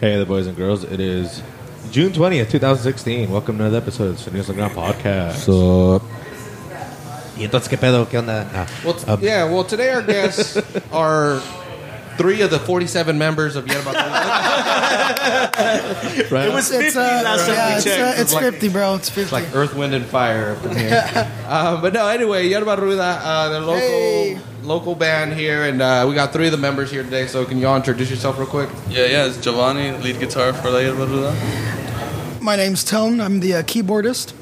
Hey, the boys and girls, it is June 20th, 2016. Welcome to another episode of the Sonidos on Ground podcast. y entonces, ¿qué pedo? ¿Qué onda? Nah. Well, t- Um, yeah, well, today our guests are three of the 47 members of Yerba Mate. right? It's, it's, uh, yeah, it's, uh, it's 50, bro. It's 50. like Earth, Wind, and Fire up in here. uh, but no, anyway, Yerba Ruda, uh, the local Hey. local band here, and uh, we got three of the members here today. So can y'all introduce yourself real quick? Yeah, yeah, it's Giovanni, lead guitar for La Yerba Ruda. My name's Tone. I'm the uh, keyboardist.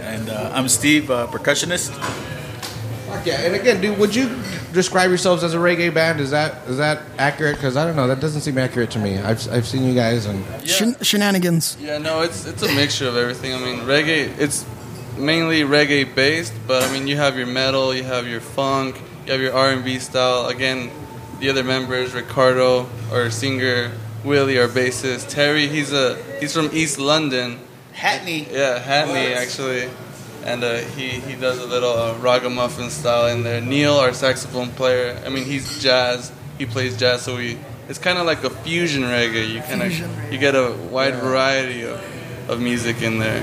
And uh, I'm Steve, uh, percussionist. Fuck yeah! And again, dude, would you describe yourselves as a reggae band? Is that is that accurate? Because I don't know, that doesn't seem accurate to me. I've I've seen you guys and Shen- shenanigans. Yeah, no, it's it's a mixture of everything. I mean, reggae, it's mainly reggae based, but I mean, you have your metal, you have your funk, you have your R&B style. Again, the other members, Ricardo, our singer, Willie, our bassist, Terry, he's a he's from East London. Hatney. Yeah, Hatney actually, and uh, he he does a little uh, ragamuffin style in there. Neil, our saxophone player, I mean he's jazz. He plays jazz, so we it's kind of like a fusion reggae. You kind of you get a wide variety of, of music in there.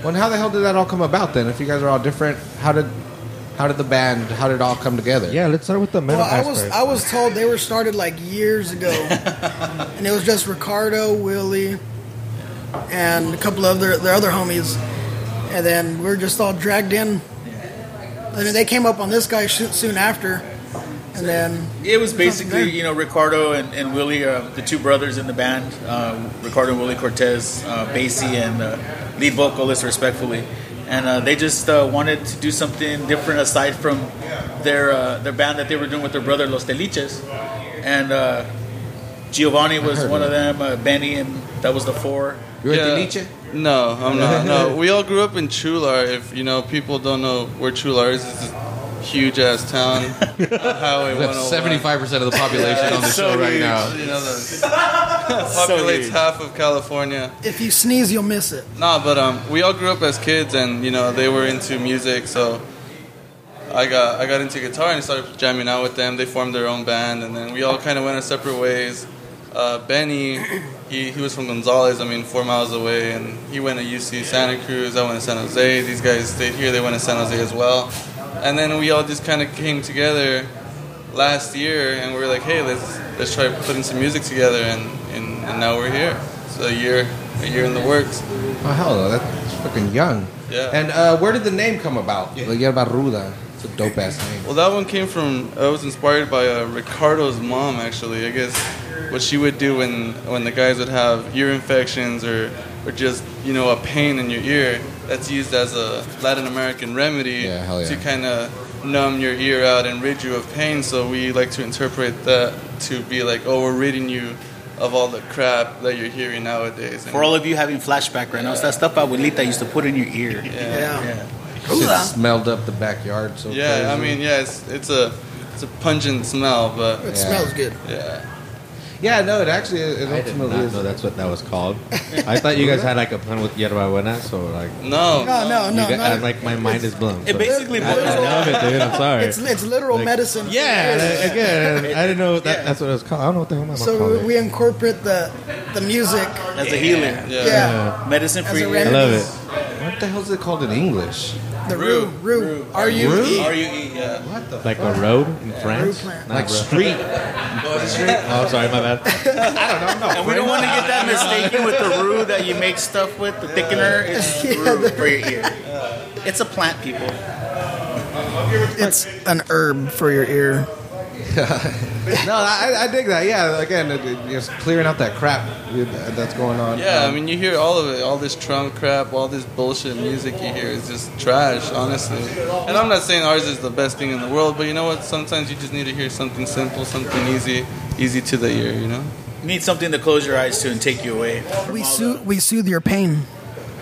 Well, and how the hell did that all come about then? If you guys are all different, how did how did the band how did it all come together? yeah, let's start with the metal Well, I was aspect. I was told they were started like years ago, and it was just Ricardo, Willie, and a couple of their their other homies, and then we were just all dragged in. I mean, they came up on this guy sh- soon after, and then It was there. basically, you know, Ricardo and, and Willie, uh, the two brothers in the band, uh, Ricardo and Willie Cortez, uh, Basie and uh, lead vocalist, respectfully. And uh, they just uh, wanted to do something different aside from their uh, their band that they were doing with their brother Los Teliches. And uh, Giovanni was one of them, uh, Benny, and that was the four. You were at Yeah. Delice? No, I'm not. No, we all grew up in Chular. If you know people don't know where Chular is, it's a huge ass town. on Highway We have 101. 75% of the population on the show right now. You know, the, populates half of California. if you sneeze, you'll miss it. Nah, but um, we all grew up as kids, and you know they were into music, so I got I got into guitar and started jamming out with them. They formed their own band, and then we all kind of went our separate ways. Uh, Benny, he, he was from Gonzales, I mean, four miles away, and he went to UC Santa Cruz. I went to San Jose. These guys stayed here. They went to San Jose as well, and then we all just kind of came together last year, and we were like, hey, let's let's try putting some music together, and and, and now we're here. It's a year a year in the works. Oh hell no, that's fucking young. Yeah. And uh, where did the name come about? La Yerba Ruda. It's a dope ass name. Well, that one came from. I was inspired by uh, Ricardo's mom, actually. I guess what she would do when when the guys would have ear infections or or just you know a pain in your ear. That's used as a Latin American remedy Yeah, hell yeah. to kind of numb your ear out and rid you of pain. So we like to interpret that to be like, oh, we're ridding you of all the crap that you're hearing nowadays. And For all of you having flashback right now, it's that stuff Abuelita used to put in your ear. Yeah. Yeah. It smelled up the backyard. So yeah, I crazy. mean, yeah, it's it's a it's a pungent smell, It but smells good. yeah. yeah, no, it actually it I did not ultimately is. know that's what that was called. I thought you guys had like a plan with Yerba Buena, so like, No, No, no, you no, guys, not- I'm, like my mind is blown. It so. basically I, I love it, dude. I'm sorry. It's it's literal Like- medicine. yeah, like, again, I didn't know that, that's what it was called. I don't know what the hell I'm So we incorporate the the music. as a healer. Yeah. Yeah. Medicine As for a your remedy. I love it. What the hell is it called in English? The rue, rue, R-U-E. R-U-E, uh, yeah. What the Like a road in France? Road plant. Not like road. street? Oh, sorry, my bad. And we don't want to get that mistaken with the roux that you make stuff with, the thickener. It's roux for your ear. It's a plant, people. It's an herb for your ear. no, I, I dig that. Yeah, again, it, it, just clearing out that crap dude, that- that's going on. Yeah, I mean, you hear all of it, all this Trump crap, all this bullshit music you hear is just trash, honestly. And I'm not saying ours is the best thing in the world, but you know what? Sometimes you just need to hear something simple, something easy, easy to the ear, you know? You need something to close your eyes to and take you away. We soothe, we soothe your pain.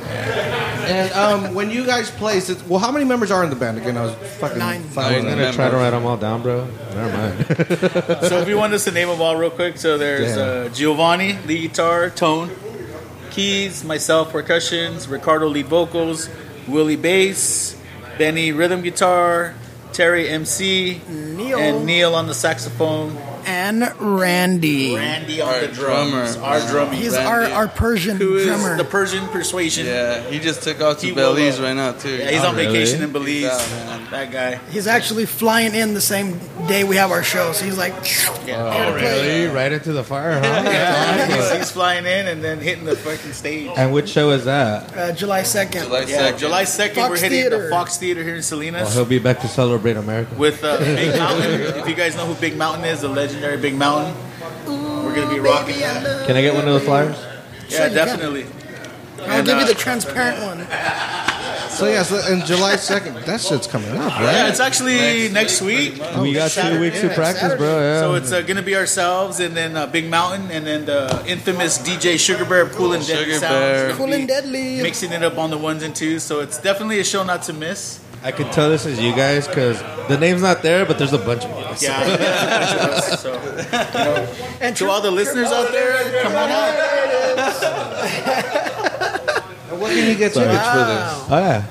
And um, when you guys play, since, well, how many members are in the band again? I was fucking Nine. fucking- I was going to try to write them all down, bro. Never mind. So if you want us to name them all real quick, so there's Yeah. uh, Giovanni, lead guitar, Tone, keys, myself, percussions, Ricardo, lead vocals, Willie bass, Benny, rhythm guitar, Terry, MC, Neil. and Neil on the saxophone. and Randy. Randy on Our the drums, drummer. our drummer. He's Randy, our, our Persian who is drummer. the Persian persuasion. Yeah, he just took off He to will, Belize uh, right now too. Yeah, he's on really? vacation in Belize. Um, He's out, man. that guy. He's actually flying in the same day we have our show, so he's like, Yeah. Oh, "Here to play." Really? Right into the fire, huh? That's He's, awesome. he's flying in and then hitting the fucking stage. and which show is that? Oh, Uh, July second. July Yeah, 2nd. July 2nd, we're Fox hitting the Theater. Fox Theater here in Well, Salinas. Oh, he'll be back to celebrate America. with uh, Big Mountain. if you guys know who Big Mountain is, the legendary Big Mountain, we're gonna be rocking that. Can I get one of those flyers? Yeah, you definitely. I'll And, give you uh, the transparent one. So yeah, so in July second, that shit's coming up, right? Yeah, it's actually next week. we got two weeks to practice, bro. Yeah. So it's uh, gonna be ourselves, and then uh, Big Mountain, and then the infamous DJ Sugar Bear of Cool and Deadly Sugar Sounds. Bear. Gonna Cool and be deadly. Mixing it up on the ones and twos, so it's definitely a show not to miss. I could tell this is you guys because the name's not there, but there's a bunch of us. Yeah, that's a bunch of us, so. and to all the listeners out there, come on out. What can you get Sorry. tickets for this? Wow. Oh, yeah.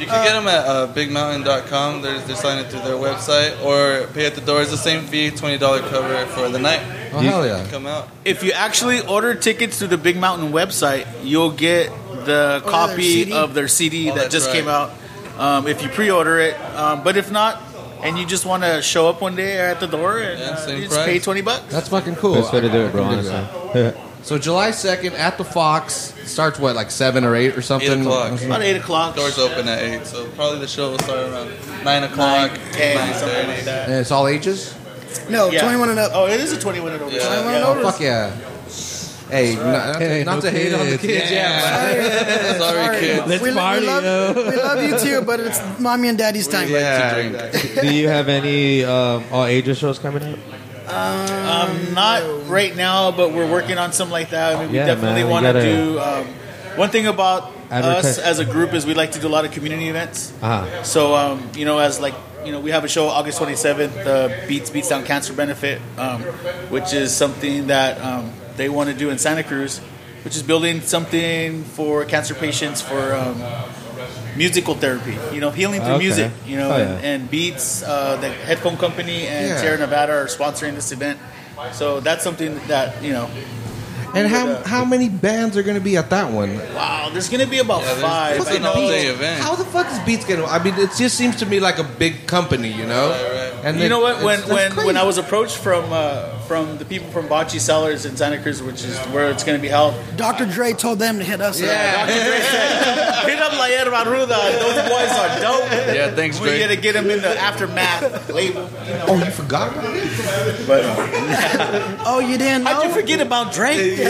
You can get them at uh, bigmountain.com. They're, they're signing through their website or pay at the door. It's the same fee, $20 cover for the night. Oh hell yeah! Come out. If you actually order tickets through the Big Mountain website, you'll get the their copy CD. of their CD Oh, that that's just right. came out. Um, if you pre-order it, um, but if not, and you just want to show up one day at the door and Yeah, uh, same you just price. pay twenty bucks. That's fucking cool. Best way to do it, bro, I can honestly. that. So July second at the Fox starts what like seven or eight or something. Eight o'clock. About eight o'clock. Doors open at 8, so probably the show will start around 9 nine, o'clock, 10, 9:30. something like that. And it's all ages. No, Yeah. twenty-one and up. Oh, it is a twenty-one and over. Uh, Yeah. Yeah. 21 and Oh over. fuck yeah! Hey, not, not Hey, to, not no to hate on the kids. kids. Yeah. man. Sorry, kids. Let's we, lo- party, we, love, we love you too, but it's mommy and daddy's time. Yeah, drink. exactly. Do you have any um, all ages shows coming up? Um, not right now, but we're working on something like that. I mean, we Yeah, definitely man, we want to gotta- do. Um, one thing about Advertise- us as a group is we like to do a lot of community events. Uh-huh. So um, you know, as like you know, we have a show August 27th, uh, Beats Beats Down Cancer Benefit, um, which is something that um, they want to do in Santa Cruz, which is building something for cancer patients for um, musical therapy. You know, healing through Okay. music. You know, Oh, yeah. and, and Beats, uh, the headphone company, and Yeah. Sierra Nevada are sponsoring this event. So that's something that you know. And how how many bands are going to be at that one? Wow, there's gonna be about Yeah, five. there's- I it's an know. all-day event. How the fuck is Beats getting? I mean, it just seems to me like a big company, you know. Right, right. And you it- know what? When it's- when that's when I crazy. was approached from uh, from the people from Bocce Cellars in Santa Cruz, which is where it's going to be held, Dr. Dre told them to hit us. up. yeah, hit up La Hierba Ruda. Those boys are dope. Yeah, thanks, We're Drake. gonna get them in the aftermath label. oh, you forgot about it? But Oh, you didn't how'd you know? forget about Drake?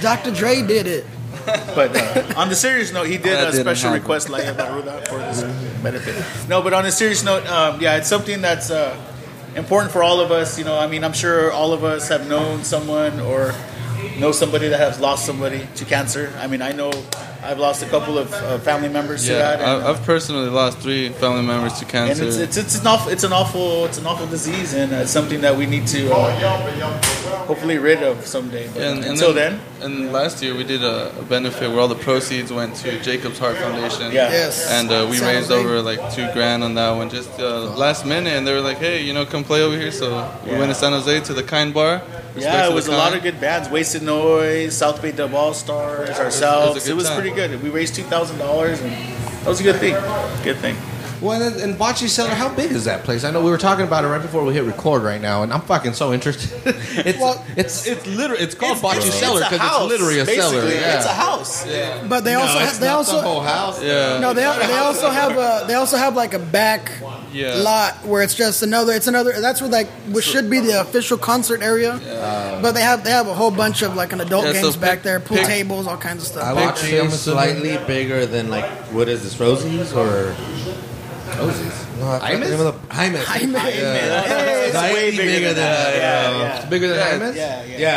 Dr. Dre did it. But uh, on the serious note, he did That a didn't special happen. request La Hierba Ruda for this benefit. No, but on a serious note, um, yeah, it's something that's. Uh, Important for all of us, you know. I mean, I'm sure all of us have known someone or know somebody that has lost somebody to cancer. I mean, I know I've lost a couple of uh, family members to that. Yeah, and, I, I've personally lost three family members to and cancer. it's, it's it's an awful it's an awful it's an awful disease and uh, it's something that we need to uh, hopefully rid of someday. But and, and until then, and last year we did a, a benefit where all the proceeds went to Jacob's Heart Foundation. Yeah. Yes. and uh, we Sounds raised like- over like two grand on that one just uh, last minute and they were like hey you know come play over here so we went to san jose to the kind bar Respect yeah, to the it was a lot Kind. of good bands. Wasted Noise, South Bay Dub All Stars, ourselves. good it was time. pretty good. We raised two thousand dollars, and that was a good thing. Good thing. Well, and, and Bocce Cellar, how big is that place? I know we were talking about it right before we hit record right now, and I'm fucking so interested. it's, Well- it's it's literally it's called Bocce it's- Cellar it's a because it's house, literally a cellar. basically. Yeah. It's a house. But they also no, have, it's they not the also whole house. yeah no they, al- they also have a they also have like a back Yeah. lot where it's just another it's another that's where like what should be the official concert area. But they have they have a whole bunch of like an adult Yeah, so games back pick- there, pool pick- tables, all kinds of stuff. I would would say say slightly bigger than like what is this, Rosie's or Rosie's? No, I forgot the name of the- Hymus. Hymus. Yeah. It's Slightly way bigger, than that. Yeah, yeah. yeah. It's bigger than Yeah, Hymus. yeah, yeah.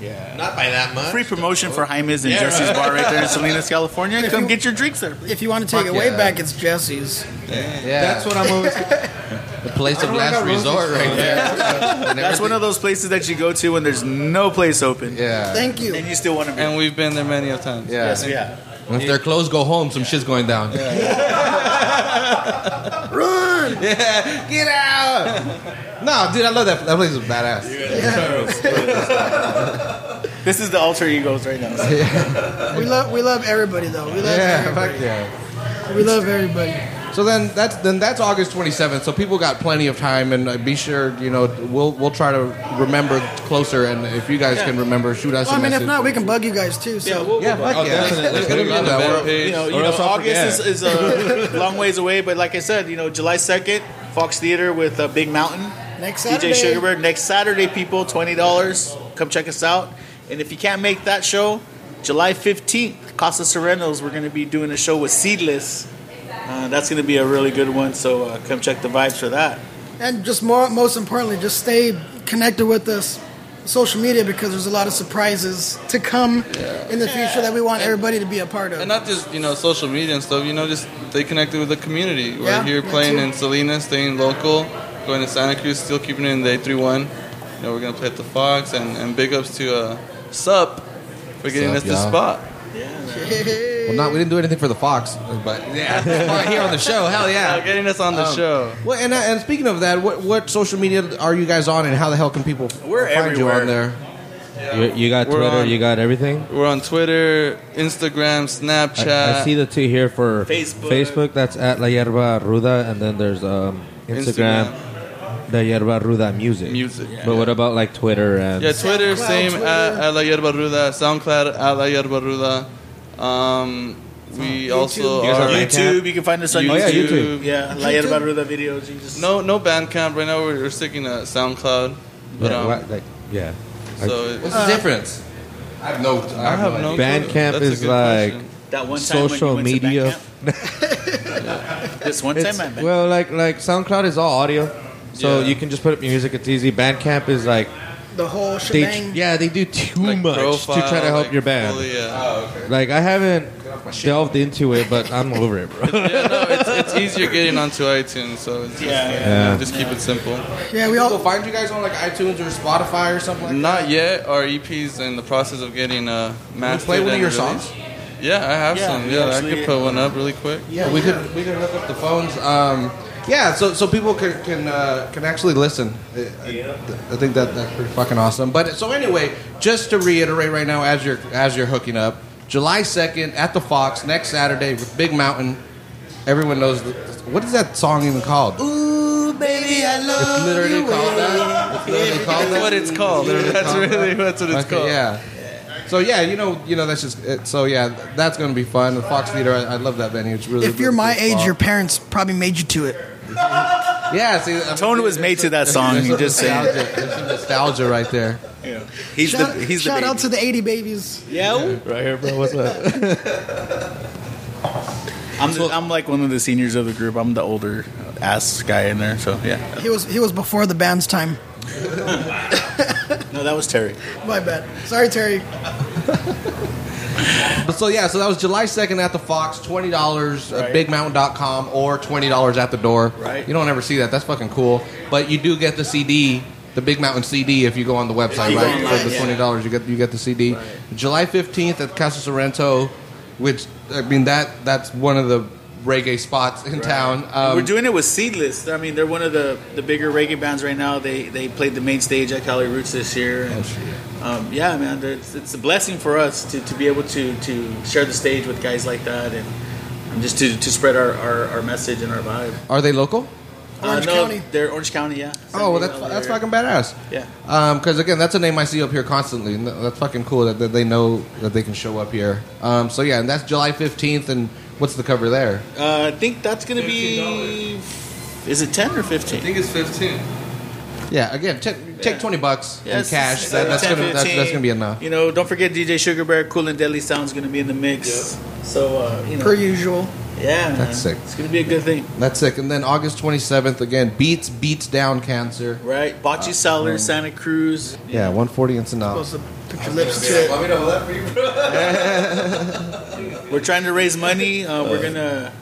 yeah, Not by that much. Free promotion for Jaime's and Yeah, Jesse's right. Bar right there in Salinas, California. Come you- get your drinks there. please. If you want to take Fuck it way yeah. back, it's Jesse's. Yeah. That's what I'm always. the place of don't like last how Rosie's resort right there. That's one of those places that you go to when there's no place open, yeah. Thank you. and you still want to be. and we've been there many of times Yeah. Yes, yeah. And if their clothes go home, some shit's going down. Run! Get out! No, dude, I love that. That place is badass. This is the alter egos right now. We love we love everybody though. We love Yeah, everybody. fuck yeah. We love everybody. So then that's then that's August 27th. So people got plenty of time, and uh, be sure you know we'll we'll try to remember closer. And if you guys can remember, shoot us Well, a I mean, message. if not, we can bug you guys too. So Yeah, we'll, yeah, fuck Oh, yeah. definitely. Let's Put get it on into the that. web We're- you know, you Or know else I'll August forget. is, is a long ways away, but like I said, you know, July 2nd, Fox Theater with uh, Big Mountain. Next DJ Saturday. Sugarbird. Next Saturday, people, $20. Come check us out. And if you can't make that show, July 15th, Casa Serenos, we're going to be doing a show with Seedless. Uh, that's going to be a really good one, so uh, come check the vibes for that. and just more most importantly, just stay connected with us social media because there's a lot of surprises to come in the future that we want everybody to be a part of. And not just you know social media and stuff. You know, just they connected with the community. We're Yeah, here me playing too. in Salinas, staying local, going to Santa Cruz, still keeping it in the three one. You know, we're gonna play at the Fox, and, and big ups to uh, Sup for getting Sup, us the y'all. spot. Well, not we didn't do anything for the Fox, but yeah, here on the show. Hell Yeah, yeah. getting us on the Um, show. Well, and uh, and speaking of that, what what social media are you guys on, and how the hell can people We're find you everywhere. on there? You, you got We're Twitter. on- You got everything. We're on Twitter, Instagram, Snapchat. I, I see the two here for Facebook. That's at La Yerba Ruda, and then there's um, Instagram, La Yerba Ruda Music. Music. But what about like Twitter and? Yeah, Twitter, SoundCloud, same Twitter. At, at La Yerba Ruda, SoundCloud at La Yerba Ruda. Um, we also You guys have are Bandcamp? YouTube, you can find us on Oh, yeah, YouTube. YouTube. Yeah, La Yerba Ruda videos. You just, no no Bandcamp right now. We're, we're sticking to SoundCloud, but Yeah, um, what- like, yeah. so it- Uh, What's the difference? I have no. I I have have no. no. idea. Bandcamp clue. That's a is good like- question. That one time when you Social went to media. Bandcamp. this one It's, time at Bandcamp. well, like like SoundCloud is all audio, so Yeah. you can just put up your music. It's easy. Bandcamp is like the whole they shebang. yeah they do too Like much profile, to try to help like, your band. fully, yeah. Like I haven't delved into it, but I'm over it, bro. yeah, no, it's, it's easier getting onto iTunes, so it's just, Yeah, yeah. Yeah. just keep it simple. Yeah, we People all. find you guys on like iTunes or Spotify or something. Like Not yet. Our EP's in the process of getting uh, that? mastered. You play one of and your released. songs. Yeah, I have Yeah, some. we Yeah, I actually- could put one up really quick. Yeah, we could we could hook up the phones. Um, yeah, so so people can can uh, can actually listen. I, yeah. I think that that's pretty fucking awesome. But so anyway, just to reiterate right now, as you're as you're hooking up, July second at the Fox next Saturday with Big Mountain. Everyone knows the, what is that song even called? Ooh, baby, I love it's literally called that. It's literally called That's that. what it's called. That's really that's what it's Okay, called. Yeah. So yeah, you know, you know, that's just it. so yeah, that's gonna be fun. The Fox Theater, I, I love that venue. It's really If you're my really age, fun. your parents probably made you to it. Yeah, see, I mean, Tone was there's made to a- that song, there's you a just say. nostalgia- There's some nostalgia right there. Yeah. He's Shout, the he's shout the out to the 80 babies. yeah. right here, bro. What's up? I'm, the, I'm like one of the seniors of the group. I'm the older ass guy in there. So yeah. He was he was before the band's time. No, that was Terry. My bad. Sorry, Terry. But so yeah, so that was July second at the Fox, twenty dollars at BigMountain.com or twenty dollars at the door. Right. You don't ever see that. That's fucking cool. But you do get the CD, the Big Mountain CD, if you go on the website, you go right? online, For the yeah. twenty dollars, you get you get the CD. July fifteenth at Casa Sorrento, which I mean that that's one of the reggae spots in town. Um, We're doing it with Seedless. I mean, they're one of the, the bigger reggae bands right now. They they played the main stage at Cali Roots this year. And, um, yeah, man, they're- it's, it's a blessing for us to, to be able to, to share the stage with guys like that and, and just to, to spread our, our, our message and our vibe. are they local? Orange County. Uh, They're Orange County, yeah. Oh, well, that's that's fucking badass. Yeah. Because Um, again, that's a name I see up here constantly, and th- that's fucking cool that, that they know that they can show up here. Um, so yeah, and that's July fifteenth. And what's the cover there? Uh, I think that's going to be. Is it 10 or 15? I think it's 15. Yeah, again, take take Yeah. twenty bucks in Yes, cash. it's That, like that's 10, gonna that's, 15. that's gonna be enough. You know, don't forget DJ Sugar Bear, Cool and Deadly Sound's gonna be in the mix. So uh, you know, Per usual. yeah, man. That's sick. It's gonna be a good thing, That's sick. And then August twenty seventh again, beats beats down cancer. right? Bocce Cellar, Santa Cruz. Ah, Yeah, one forty in Sonoma. Supposed to put your lips to it. Uh, We're trying to raise money. Uh, we're gonna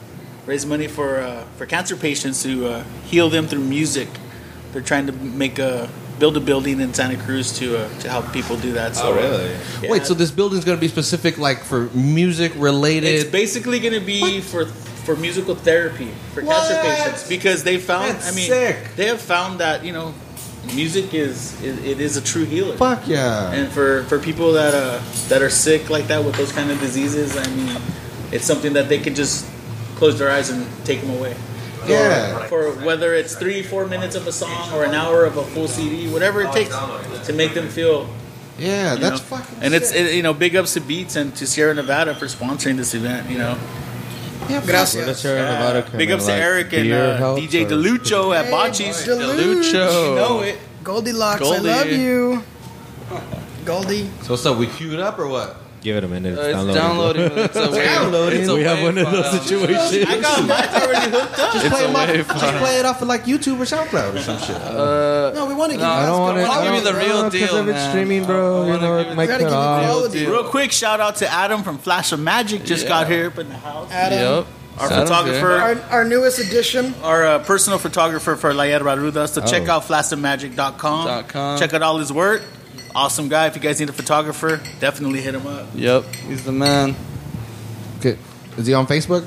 raise money for uh, for cancer patients to uh, heal them through music. They're trying to make a build a building in Santa Cruz to uh, to help people do that. So, uh, yeah. Oh, Wait, so this building's gonna be specific like for music related? It's basically going to be for for musical therapy for cancer What? patients because they found. That's I mean, sick. they have found that you know music is it, it is a true healer. Fuck yeah. And for, for people that uh, that are sick like that with those kind of diseases, I mean, it's something that they can just close their eyes and take them away. For- Yeah. For whether it's three, four minutes of a song or an hour of a full CD, whatever it takes to make them feel. Yeah, you that's know? fucking. And it's sick. it, you know big ups to Beats and to Sierra Nevada for sponsoring this event. You know, yeah, fuck Gracias. Let's hear about it, big kinda ups to like Eric and beer uh, helps DJ or- Delucho at Hey, Bocce's. Delucho. You know it. Goldilocks, Goldie. I love you. Goldie. So what's up? We queued up or what? Give it a minute. Uh, It's it's downloading. downloading. It's a wave. downloading. It's a we have wave one of file. those situations. I got mine already hooked up. Just play, a them off, wave just file. play it off of like YouTube or SoundCloud or some shit. No, we want to give Uh, I you guys No, don't want good- to. I'll give you the Oh, real uh, deal, If it's man. streaming, bro, I you wanna know, give it you might the cut real off. deal. Real quick, shout out to Adam from Flash of Magic. Just Yeah. got here up in the house. Adam. Yep. Our Sounds photographer, Our, our newest edition. our uh, personal photographer for La Hierba Ruda. So check Oh. out flashofmagic.com. Dot com. Check out all his work. Awesome guy. If you guys need a photographer, definitely hit him up. good. Yep, he's the man. Okay. Is he on Facebook?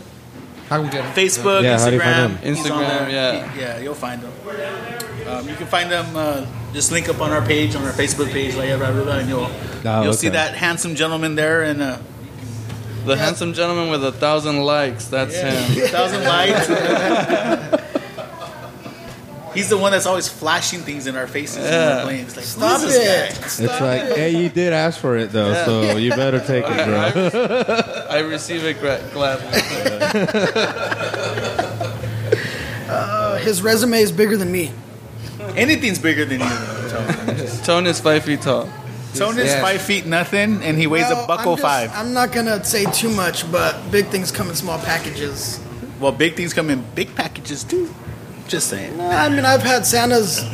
How can we get him? Facebook, Yeah, how do you Instagram. find him? he's on Instagram, there. yeah. He- yeah, you'll find him. Um, you can find him. Uh, just link up on our page, on our Facebook page, La Hierba Ruda, and you'll Oh, you'll see okay. that handsome gentleman there and uh, The handsome gentleman with a thousand likes. That's him. thousand lights. He's the one that's always flashing things in our faces when we're Yeah. playing. It's like, Stop Stop who's this it. guy? It's like, hey, you did ask for it though, so you better take it, I, bro. I receive it gra- gladly. Uh, his resume is bigger than me. Anything's bigger than you. Tone. Tone is five feet tall. Tone is Yeah. five feet nothing, and he weighs Well, a buckle I'm just- five. I'm not gonna say too much, but big things come in small packages. Well, big things come in big packages too. Just saying. No, I mean I've had Santa's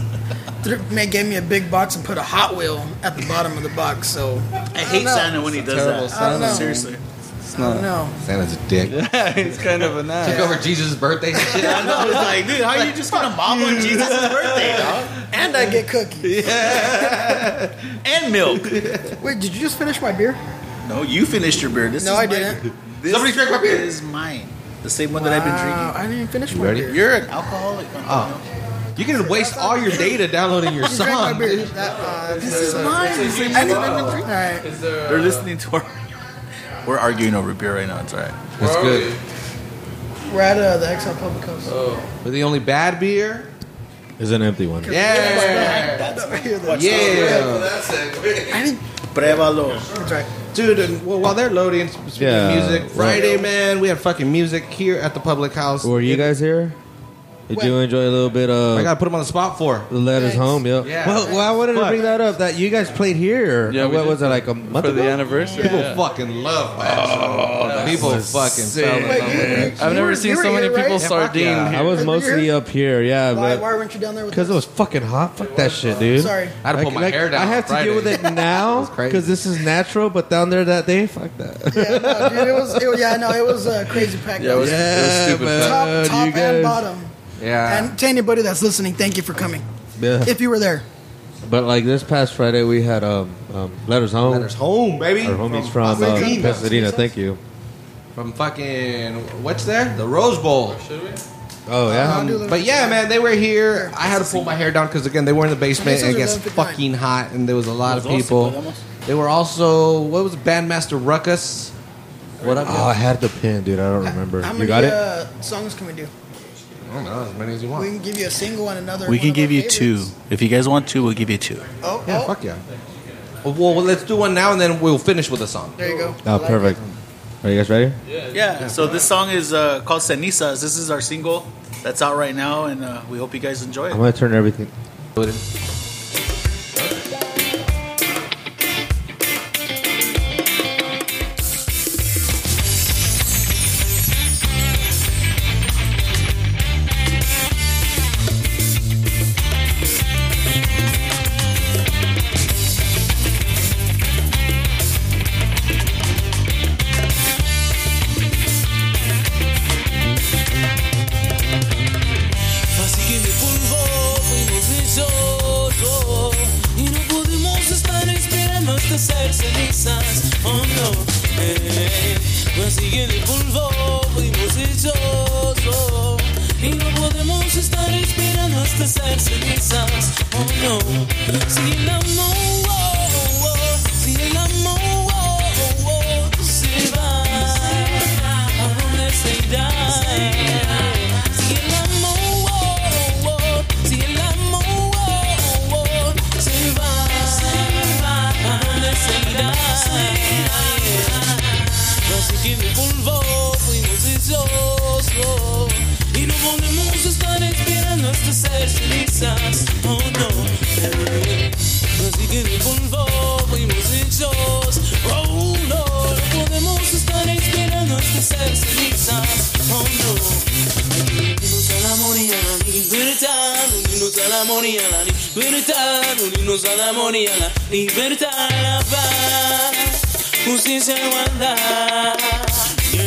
th- man gave me a big box and put a Hot Wheel at the bottom of the box. So I hate know. Santa when he does terrible that. Santa, I don't know. Seriously. It's I not. don't know. Santa's a dick. Took Yeah, he's kind of an ass. over Jesus' birthday and shit. I know. It's like, dude, how are you just gonna mob on Jesus' birthday, dog? And I get cookies. And milk. Wait, did you just finish my beer? No, you finished your beer. This No, is I my didn't. beer. This Somebody drank my beer. is mine. The same one that I've been drinking. Wow, Uh, I didn't even finish my ready? beer. You're an alcoholic. Oh. You can waste all your data downloading your You drank my song. beer. dude. That, uh, this is mine. I didn't even drink. All right. They're listening to our. We're arguing over beer right now. It's all right. That's good. We're at uh, the XL Public House. But the only bad beer? It's an empty one. Yeah. Yeah. I didn't. Prévalo. That's right. Dude, and, well, while they're loading, speaking Yeah. of music, Friday, man, we had fucking music here at the public house. Were you guys here? Did you enjoy a little bit of I gotta put them on the spot for. the letters home? Yep. Yeah. Well, well, I wanted to Fuck. bring that up. That you guys played here. Yeah, we What did. was it like a month For the ago? anniversary. People yeah. fucking love that. People fucking fell in Wait, love you- with that. you- I've you never were- seen you were so many here, right? people Yeah, fuck sardine. yeah. here. I was Were you mostly here? up here. Yeah, Why, but why weren't you down there with Because it us? was fucking hot. Fuck that shit, dude. Sorry. I had to pull my hair down I on have to deal with Friday. it now crazy. because this is natural. But down there that day, fuck that. Yeah, no, dude, it was. It, was- yeah, no, it was a crazy pack. Yeah, it was, it was Yeah, stupid. man. fun. Uh, top, top you and guys- bottom. Yeah. And to anybody that's listening, thank you for coming. Yeah. If you were there, But like this past Friday, we had um, um letters home. Letters home, baby. Our homies from, uh, Pasadena. Pasadena. Thank you. From fucking what's there? The Rose Bowl. Oh yeah. Um, but yeah, man, they were here. I had to pull my hair down because again, they were in the basement and it gets fucking hot, and there was a lot of people. They were also what was it, Bandmaster Ruckus? What up? oh, I had the pin, dude. I don't remember. how many you got it? uh, songs can we do? I don't know as many as you We want. can give you a single and another. We one can of our give you two. favorites. If you guys want two, we'll give you two. Oh, Yeah, oh, fuck yeah. Well, well, let's do one now, and then we'll finish with a song. There you go. I Oh, like perfect. Are you guys ready? Yeah. So this song is uh, called Cenizas. This is our single that's out right now, and uh, we hope you guys enjoy I'm it. gonna turn everything. Así que me pulvo, fuimos dichosos Y no pudimos estar esperando hasta ser cenizas, oh no eh. Así que de polvo fuimos dichosos y no podemos estar esperando hasta ser cenizas. Oh no, si el amor, oh, oh, si el amor oh, oh, se va, ¿a dónde se irá? Si el amor, oh, oh, si el amor oh, oh, se va, ¿a dónde se irá? Así que de polvo fuimos deseosos Y no podemos estar esperando hasta ser cenizas Oh no Así que de polvo fuimos hechos Oh no No podemos estar esperando hasta ser cenizas Oh no Unirnos al amor y a la libertad Unirnos al amor y a la libertad Unirnos al amor y a la libertad La paz justicia y igualdad. Yeah.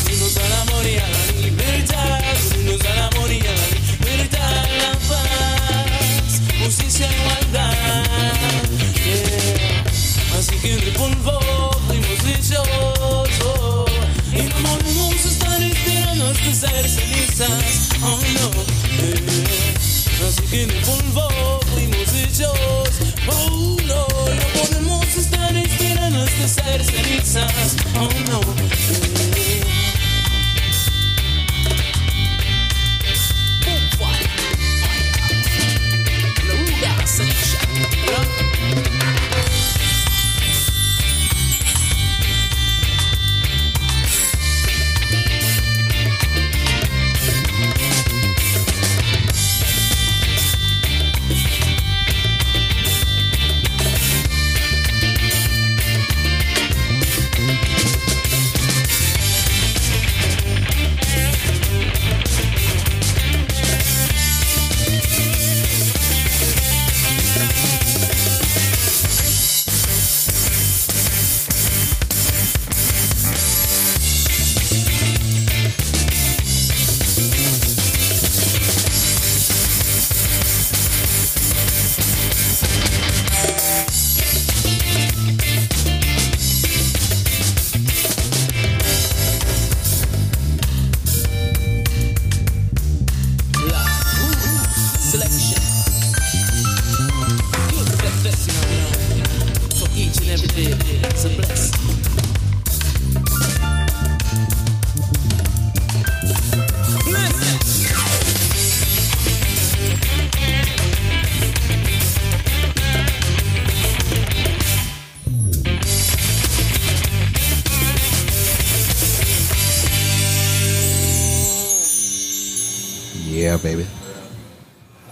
Unirnos al amor y a la libertad, unirnos al amor y a la libertad, la paz, justicia y igualdad. Yeah. Así que de polvo fuimos dichosos y no volvemos a estar esperando hasta ser cenizas. Oh no. Yeah. Así que de polvo fuimos dichosos. Oh no, no podemos estar esperando hasta ser cenizas. Oh no. Eh. Selection. Good reflection, you know, for each and every day. It's a blessing. Yeah, baby.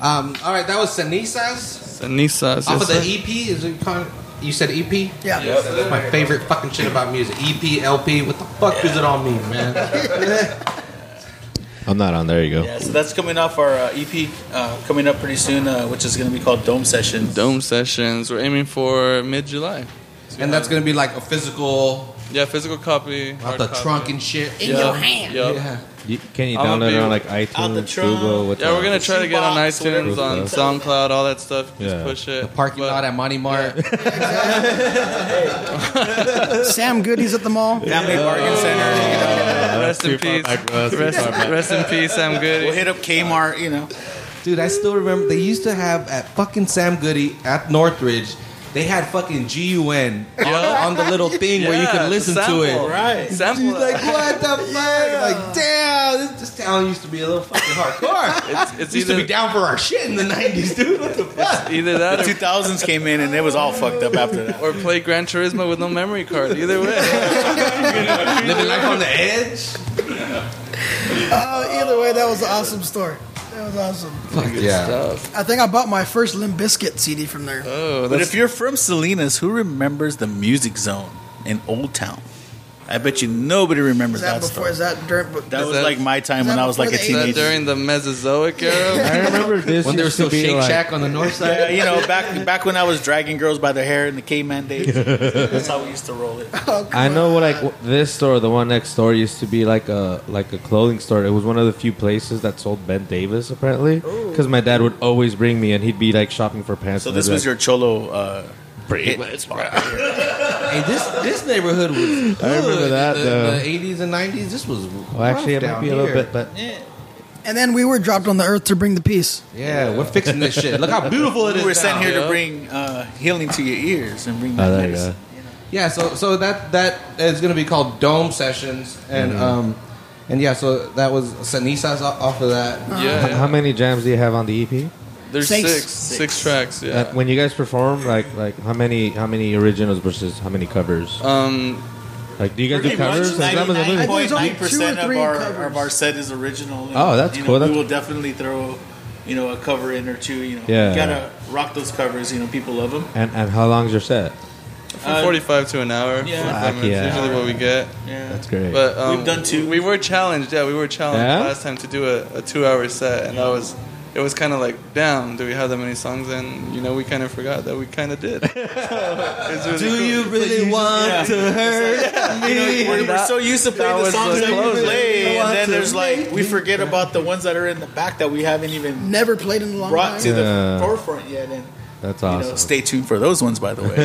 Um, all right, that was Cenizas Cenizas. off yes, of the E. sir. EP. Is it called? You said EP. Yeah. That's my favorite fucking shit about music. E EP, LP. What the fuck does it all mean, man? I'm not on. There you go. Yeah, so that's coming off our uh, EP uh, coming up pretty soon, uh, which is going to be called Dome Sessions. Dome sessions. We're aiming for mid July. and that's gonna be like a physical, Yeah, physical copy. out the trunk and shit. in your hand. Yeah. You- can you I'm gonna download it be- on like Out the iTunes, trunk. Google? What Yeah, the- we're gonna try to get on Shoebox, iTunes, whatever. on SoundCloud, all that stuff. Just Yeah. push it. The parking But- lot at Monty Mart. Sam Goody's at the mall. Family Uh, Bargain Center. Rest in too far peace. back, bro. That's too Rest, far back. rest in peace. I'm We'll good. hit up Kmart, you know. Dude, I still remember they used to have at fucking Sam Goody at Northridge. They had fucking GUN on, on the little thing where you Yeah, could listen to sample. it. Right. Sample. Dude, that. like what the fuck? Like damn, this, this town used to be a little fucking hardcore. It's, it's It used to either be down for our shit in the nineties, dude. What the fuck? either The that or 2000s came in and it was all fucked up after that. or play Gran Turismo with no memory card. Either way, Living life on the edge. Uh, either way, that was an awesome story. That was awesome. Fuck yeah. I think I bought my first Limp Bizkit CD from there. oh, But that's if you're from Salinas, who remembers the music zone in Old Town? I bet you nobody is remembers that that, before? stuff. Is that during? But That Is was that- like my time is when that I was like a before the that teenager. during the Mesozoic era. I remember this When they were used to still be, Shake like- Shack on the north side. Yeah, uh, you know, back back when I was dragging girls by their hair in the caveman days. That's how we used to roll it. I know, what, like w- this store, the one next door, used to be like a like a clothing store. It was one of the few places that sold Ben Davis, apparently, because my dad would always bring me, and he'd be like shopping for pants. So and I'd this be was like, your cholo. Uh, hit. Hey, this this neighborhood was. Good. I remember that, In though. the eighties and nineties. This was Well, actually, it rough might down be a little here. bit, but And then we were dropped on the earth to bring the peace. Yeah, we're fixing this shit. Look how beautiful it is. We were sent now, here to yo. bring uh, healing to your ears and bring Oh, that there you medicine. Yeah, so so that that is going to be called Dome Sessions, and Mm-hmm. um, and yeah, so that was Cenizas o- off of that. H- Yeah, How many jams do you have on the EP? there's Six. six, six tracks. Yeah. Uh, when you guys perform, like like how many how many originals versus how many covers? um, Like, do you guys do covers? As long as I I believe- think it's only two or 99.9% of three our, covers. of our set is original. Oh, that's you know, cool. That's- We will definitely throw, you know, a cover in or two. You know, Yeah. you gotta rock those covers. You know, people love them. And and how long's your set? from Uh, 45 to an hour. yeah. 45 Fuck minutes, yeah. usually what we get. Yeah, That's great. But um, We've done two. We were challenged. Yeah, we were challenged Yeah? last time to do a, a two-hour set, and that was. It was kind of like, damn, do we have that many songs? And you know, we kind of forgot that we kind of did. It's really cool. really want Yeah. to hurt me? We're, we're so used to playing the was songs the that we closer. play, want and then to there's like we forget about the ones that are in the back that we haven't even Never played in a long brought to time. the Yeah. forefront yet. And That's you know, awesome. stay tuned for those ones, by the way.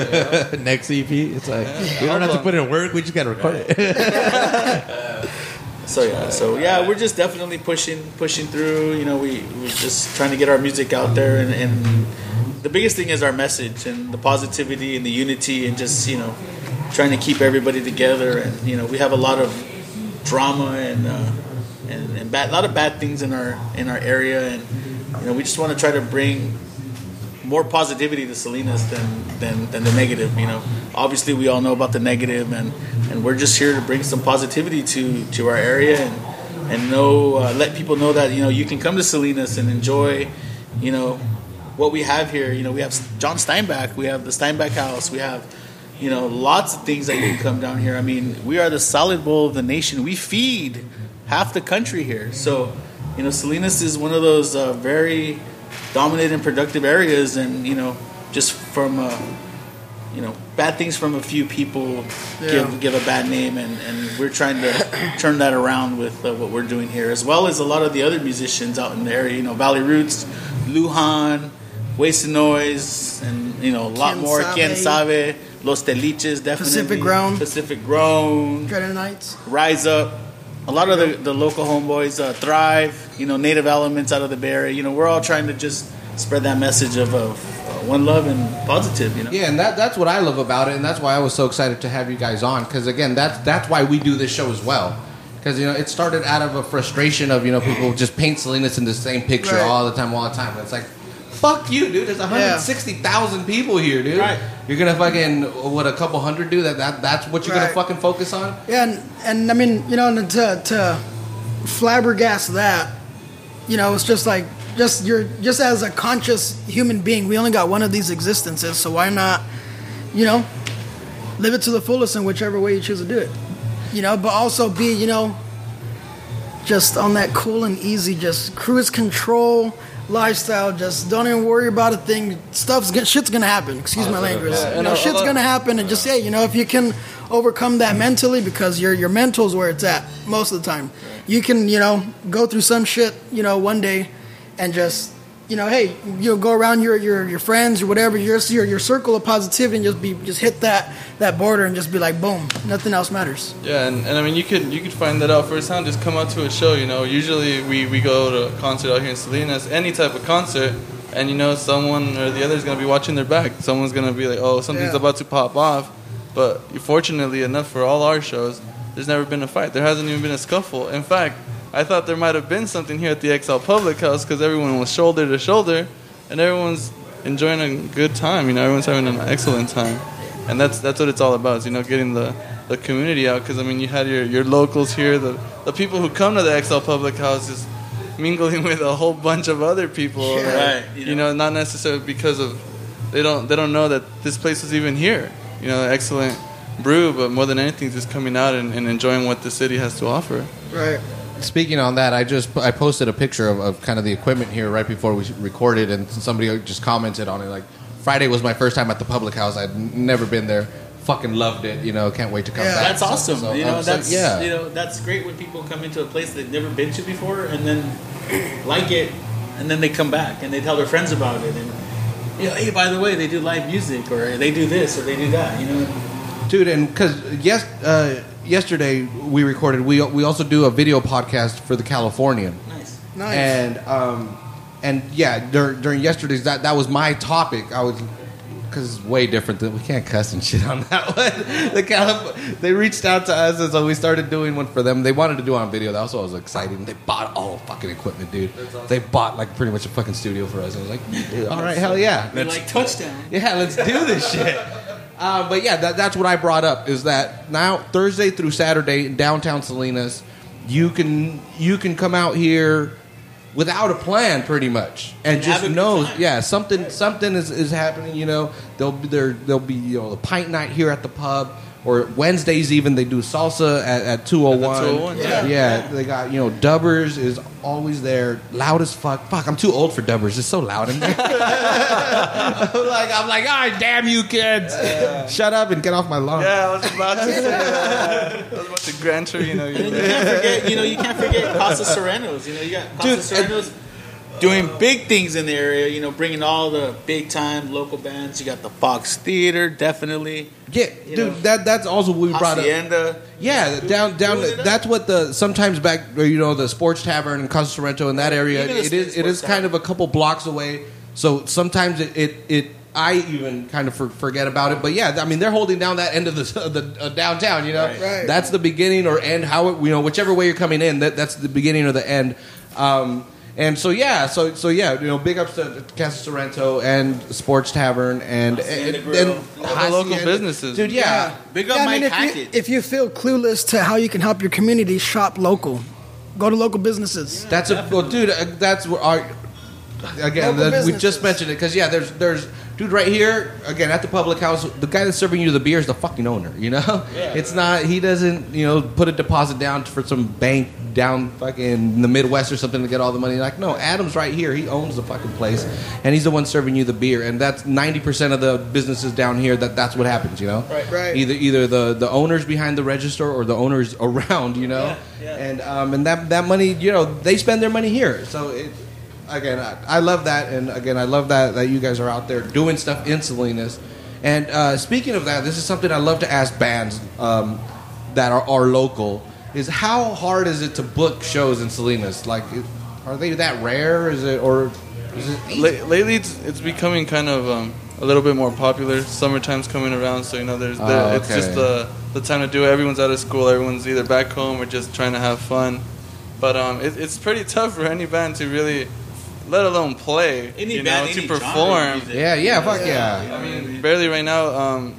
Next EP, it's like we don't have to put in work. We just gotta record it. so yeah, so yeah, we're just definitely pushing, pushing through. You know, we we're just trying to get our music out there, and, and the biggest thing is our message and the positivity and the unity, and just you know, trying to keep everybody together. And you know, we have a lot of drama and uh, and, and bad, a lot of bad things in our in our area, and you know, we just want to try to bring more positivity to Salinas than, than, than the negative. You know, obviously we all know about the negative, and, and we're just here to bring some positivity to, to our area and and know uh, let people know that you know you can come to Salinas and enjoy, you know, what we have here. You know, we have John Steinbeck, we have the Steinbeck House, we have. You know, lots of things that you can come down here. I mean, we are the solid bowl of the nation. We feed half the country here. So, you know, Salinas is one of those uh, very dominant and productive areas and you know just from uh, you know bad things from a few people give give a bad name and, and we're trying to turn that around with uh, what we're doing here as well as a lot of the other musicians out in the area you know Valley Roots Lujan Waste and Noise and you know a lot Quien more Sabe. Quien Sabe Los Teliches definitely Pacific Ground. Pacific Grown Dreaded Nights. Rise Up, a lot of the, the local homeboys, uh, Thrive, you know, Native Elements out of the Bay Area. You know, we're all trying to just spread that message of, of uh, one love and positive, you know. Yeah, and that, that's what I love about it, and that's why I was so excited to have you guys on. Because again, that's that's why we do this show as well. Because you know, it started out of a frustration of you know people just paint Salinas in the same picture Right. all the time, all the time. And it's like, fuck you, dude. There's 160,000 people here, dude. Right. You're gonna fucking what a couple hundred do that. that that's what you're Right. gonna fucking focus on. Yeah, and, and I mean, you know, and to, to flabbergast that, you know, it's just like, just you're just as a conscious human being, we only got one of these existences, so why not, you know, live it to the fullest in whichever way you choose to do it, you know, but also be, you know, just on that cool and easy, just cruise control lifestyle. Just don't even worry about a thing. Stuff's gonna, shit's gonna happen. Excuse my language. you and know, a- a shit's lot- gonna happen, and just hey, you know, if you can overcome that mentally, because your your mental's where it's at most of the time. You can, you know, go through some shit, you know, one day, and just. You know, hey, you'll go around your, your, your friends or whatever, your, your your circle of positivity, and just be just hit that that border and just be like, boom, nothing else matters. Yeah, and, and I mean you could you could find that out firsthand. Just come out to a show. You know, usually we, we go to a concert out here in Salinas, any type of concert, and you know someone or the other is gonna be watching their back. Someone's gonna be like, oh, something's Yeah. about to pop off. But fortunately enough for all our shows, there's never been a fight. There hasn't even been a scuffle. In fact, I thought there might have been something here at the XL Public House because everyone was shoulder to shoulder, and everyone's enjoying a good time. You know, everyone's having an excellent time, and that's that's what it's all about. Is, you know, getting the the community out because I mean, you had your your locals here, the the people who come to the XL Public House is mingling with a whole bunch of other people. Yeah. that, Right, you You know, not necessarily because of they don't they don't know that this place was even here. You know, excellent brew, but more than anything, just coming out and, and enjoying what the city has to offer. Right. Speaking on that, I just I posted a picture of, of kind of the equipment here right before we recorded, and somebody just commented on it like Friday was my first time at the public house. I'd n- never been there. Fucking loved it. You know, can't wait to come Yeah. back. That's awesome. So, you know, um, so, that's yeah. you know, that's great when people come into a place they've never been to before and then like it and then they come back and they tell their friends about it and you know, hey, by the way, they do live music or they do this or they do that, you know. dude and because yes uh, yesterday we recorded we we also do a video podcast for the californian Nice. Nice. And um, and yeah, dur- during yesterday's that that was my topic. I was because it's way different. Than, we can't cuss and shit on that one. the Calif- they reached out to us, and so we started doing one for them. They wanted to do it on video. That was what was exciting. They bought all the fucking equipment, dude. They bought like pretty much a fucking studio for us. I was like, all right, hell yeah, They're like touchdown. yeah, let's do this shit. Uh, but yeah, that, that's what I brought up is that now Thursday through Saturday in downtown Salinas, you can you can come out here without a plan pretty much and And have just a good know time. yeah something something is, is happening you know there'll be there there'll be you know the pint night here at the pub or Wednesdays even they do salsa at, at 201 201, yeah. yeah they got you know dubbers is always there loud as fuck fuck I'm too old for dubbers it's so loud in there I'm like, I'm like, all right, damn you kids. Shut up and get off my lawn. Yeah, I was about to say that. I was about to grant her, you know. You You're can't forget, you know, you can't forget Casa Serranos. You know, you got Casa Dude, and- Serranos doing big things in the area. You know, bringing all the big time local bands. You got the Fox Theater, definitely. Yeah, You dude, know. that that's also what we brought up. Hacienda. Yeah, down down. Doing it up. That's what the sometimes back where, you know the sports tavern in Casa Sorrento in that area. Even the It is it sports is kind tavern. of a couple blocks away. So sometimes it it. it I even kind of for, forget about it, but yeah, I mean they're holding down that end of the, the uh, downtown, you know. Right. Right. That's the beginning or end, how it, you know, whichever way you're coming in, that, that's the beginning or the end. Um, and so yeah, so so yeah, you know, big ups to Casa Sorrento and Sports Tavern and and, Hacienda and, Grill. All the local Hacienda. businesses. dude. yeah. Big up Yeah, I Mike mean, if you, Hackett. if you feel clueless to how you can help your community, shop local. Go to local businesses. That's a well, dude. uh, That's what our again. Local that- we just businesses. mentioned it because yeah, there's there's dude right here again at the public house. The guy that's serving you the beer is the fucking owner. You know, it's not he doesn't you know put a deposit down for some bank down fucking in the Midwest or something to get all the money. Like no, Adam's right here. He owns the fucking place, and he's the one serving you the beer. And that's ninety percent of the businesses down here. That that's what happens. You know, Right, right. Either either the the owners behind the register or the owners around. You know, Yeah, yeah. and um, and that that money, you know, they spend their money here. So it, again, I, I love that, and again, I love that that you guys are out there doing stuff in Salinas. And uh, speaking of that, this is something I love to ask bands um, that are, are local: is how hard is it to book shows in Salinas? Like, it- are they that rare? Is it or is it easy? La- lately, it's, it's becoming kind of um, a little bit more popular. Summertime's coming around, so you know, there's there, Oh, it's just okay. the the time to do it. Everyone's out of school. Everyone's either back home or just trying to have fun. But um, it, it's pretty tough for any band to really, let alone play, Any you band, know, any to genre of perform. music. Yeah, yeah, fuck yeah. I mean, barely right now. Um,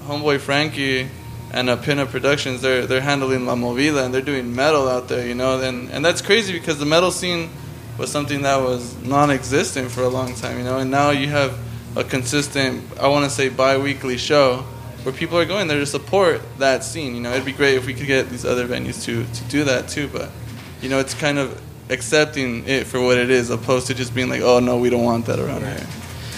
homeboy Frankie and uh, Pinup Productions, they're they're handling La Movida and they're doing metal out there, you know. And and that's crazy because the metal scene was something that was non-existent for a long time, you know. And now you have a consistent, I want to say, bi-weekly show where people are going there to support that scene. You know, it'd be great if we could get these other venues to to do that too, but you know, it's kind of accepting it for what it is opposed to just being like oh no we don't want that around here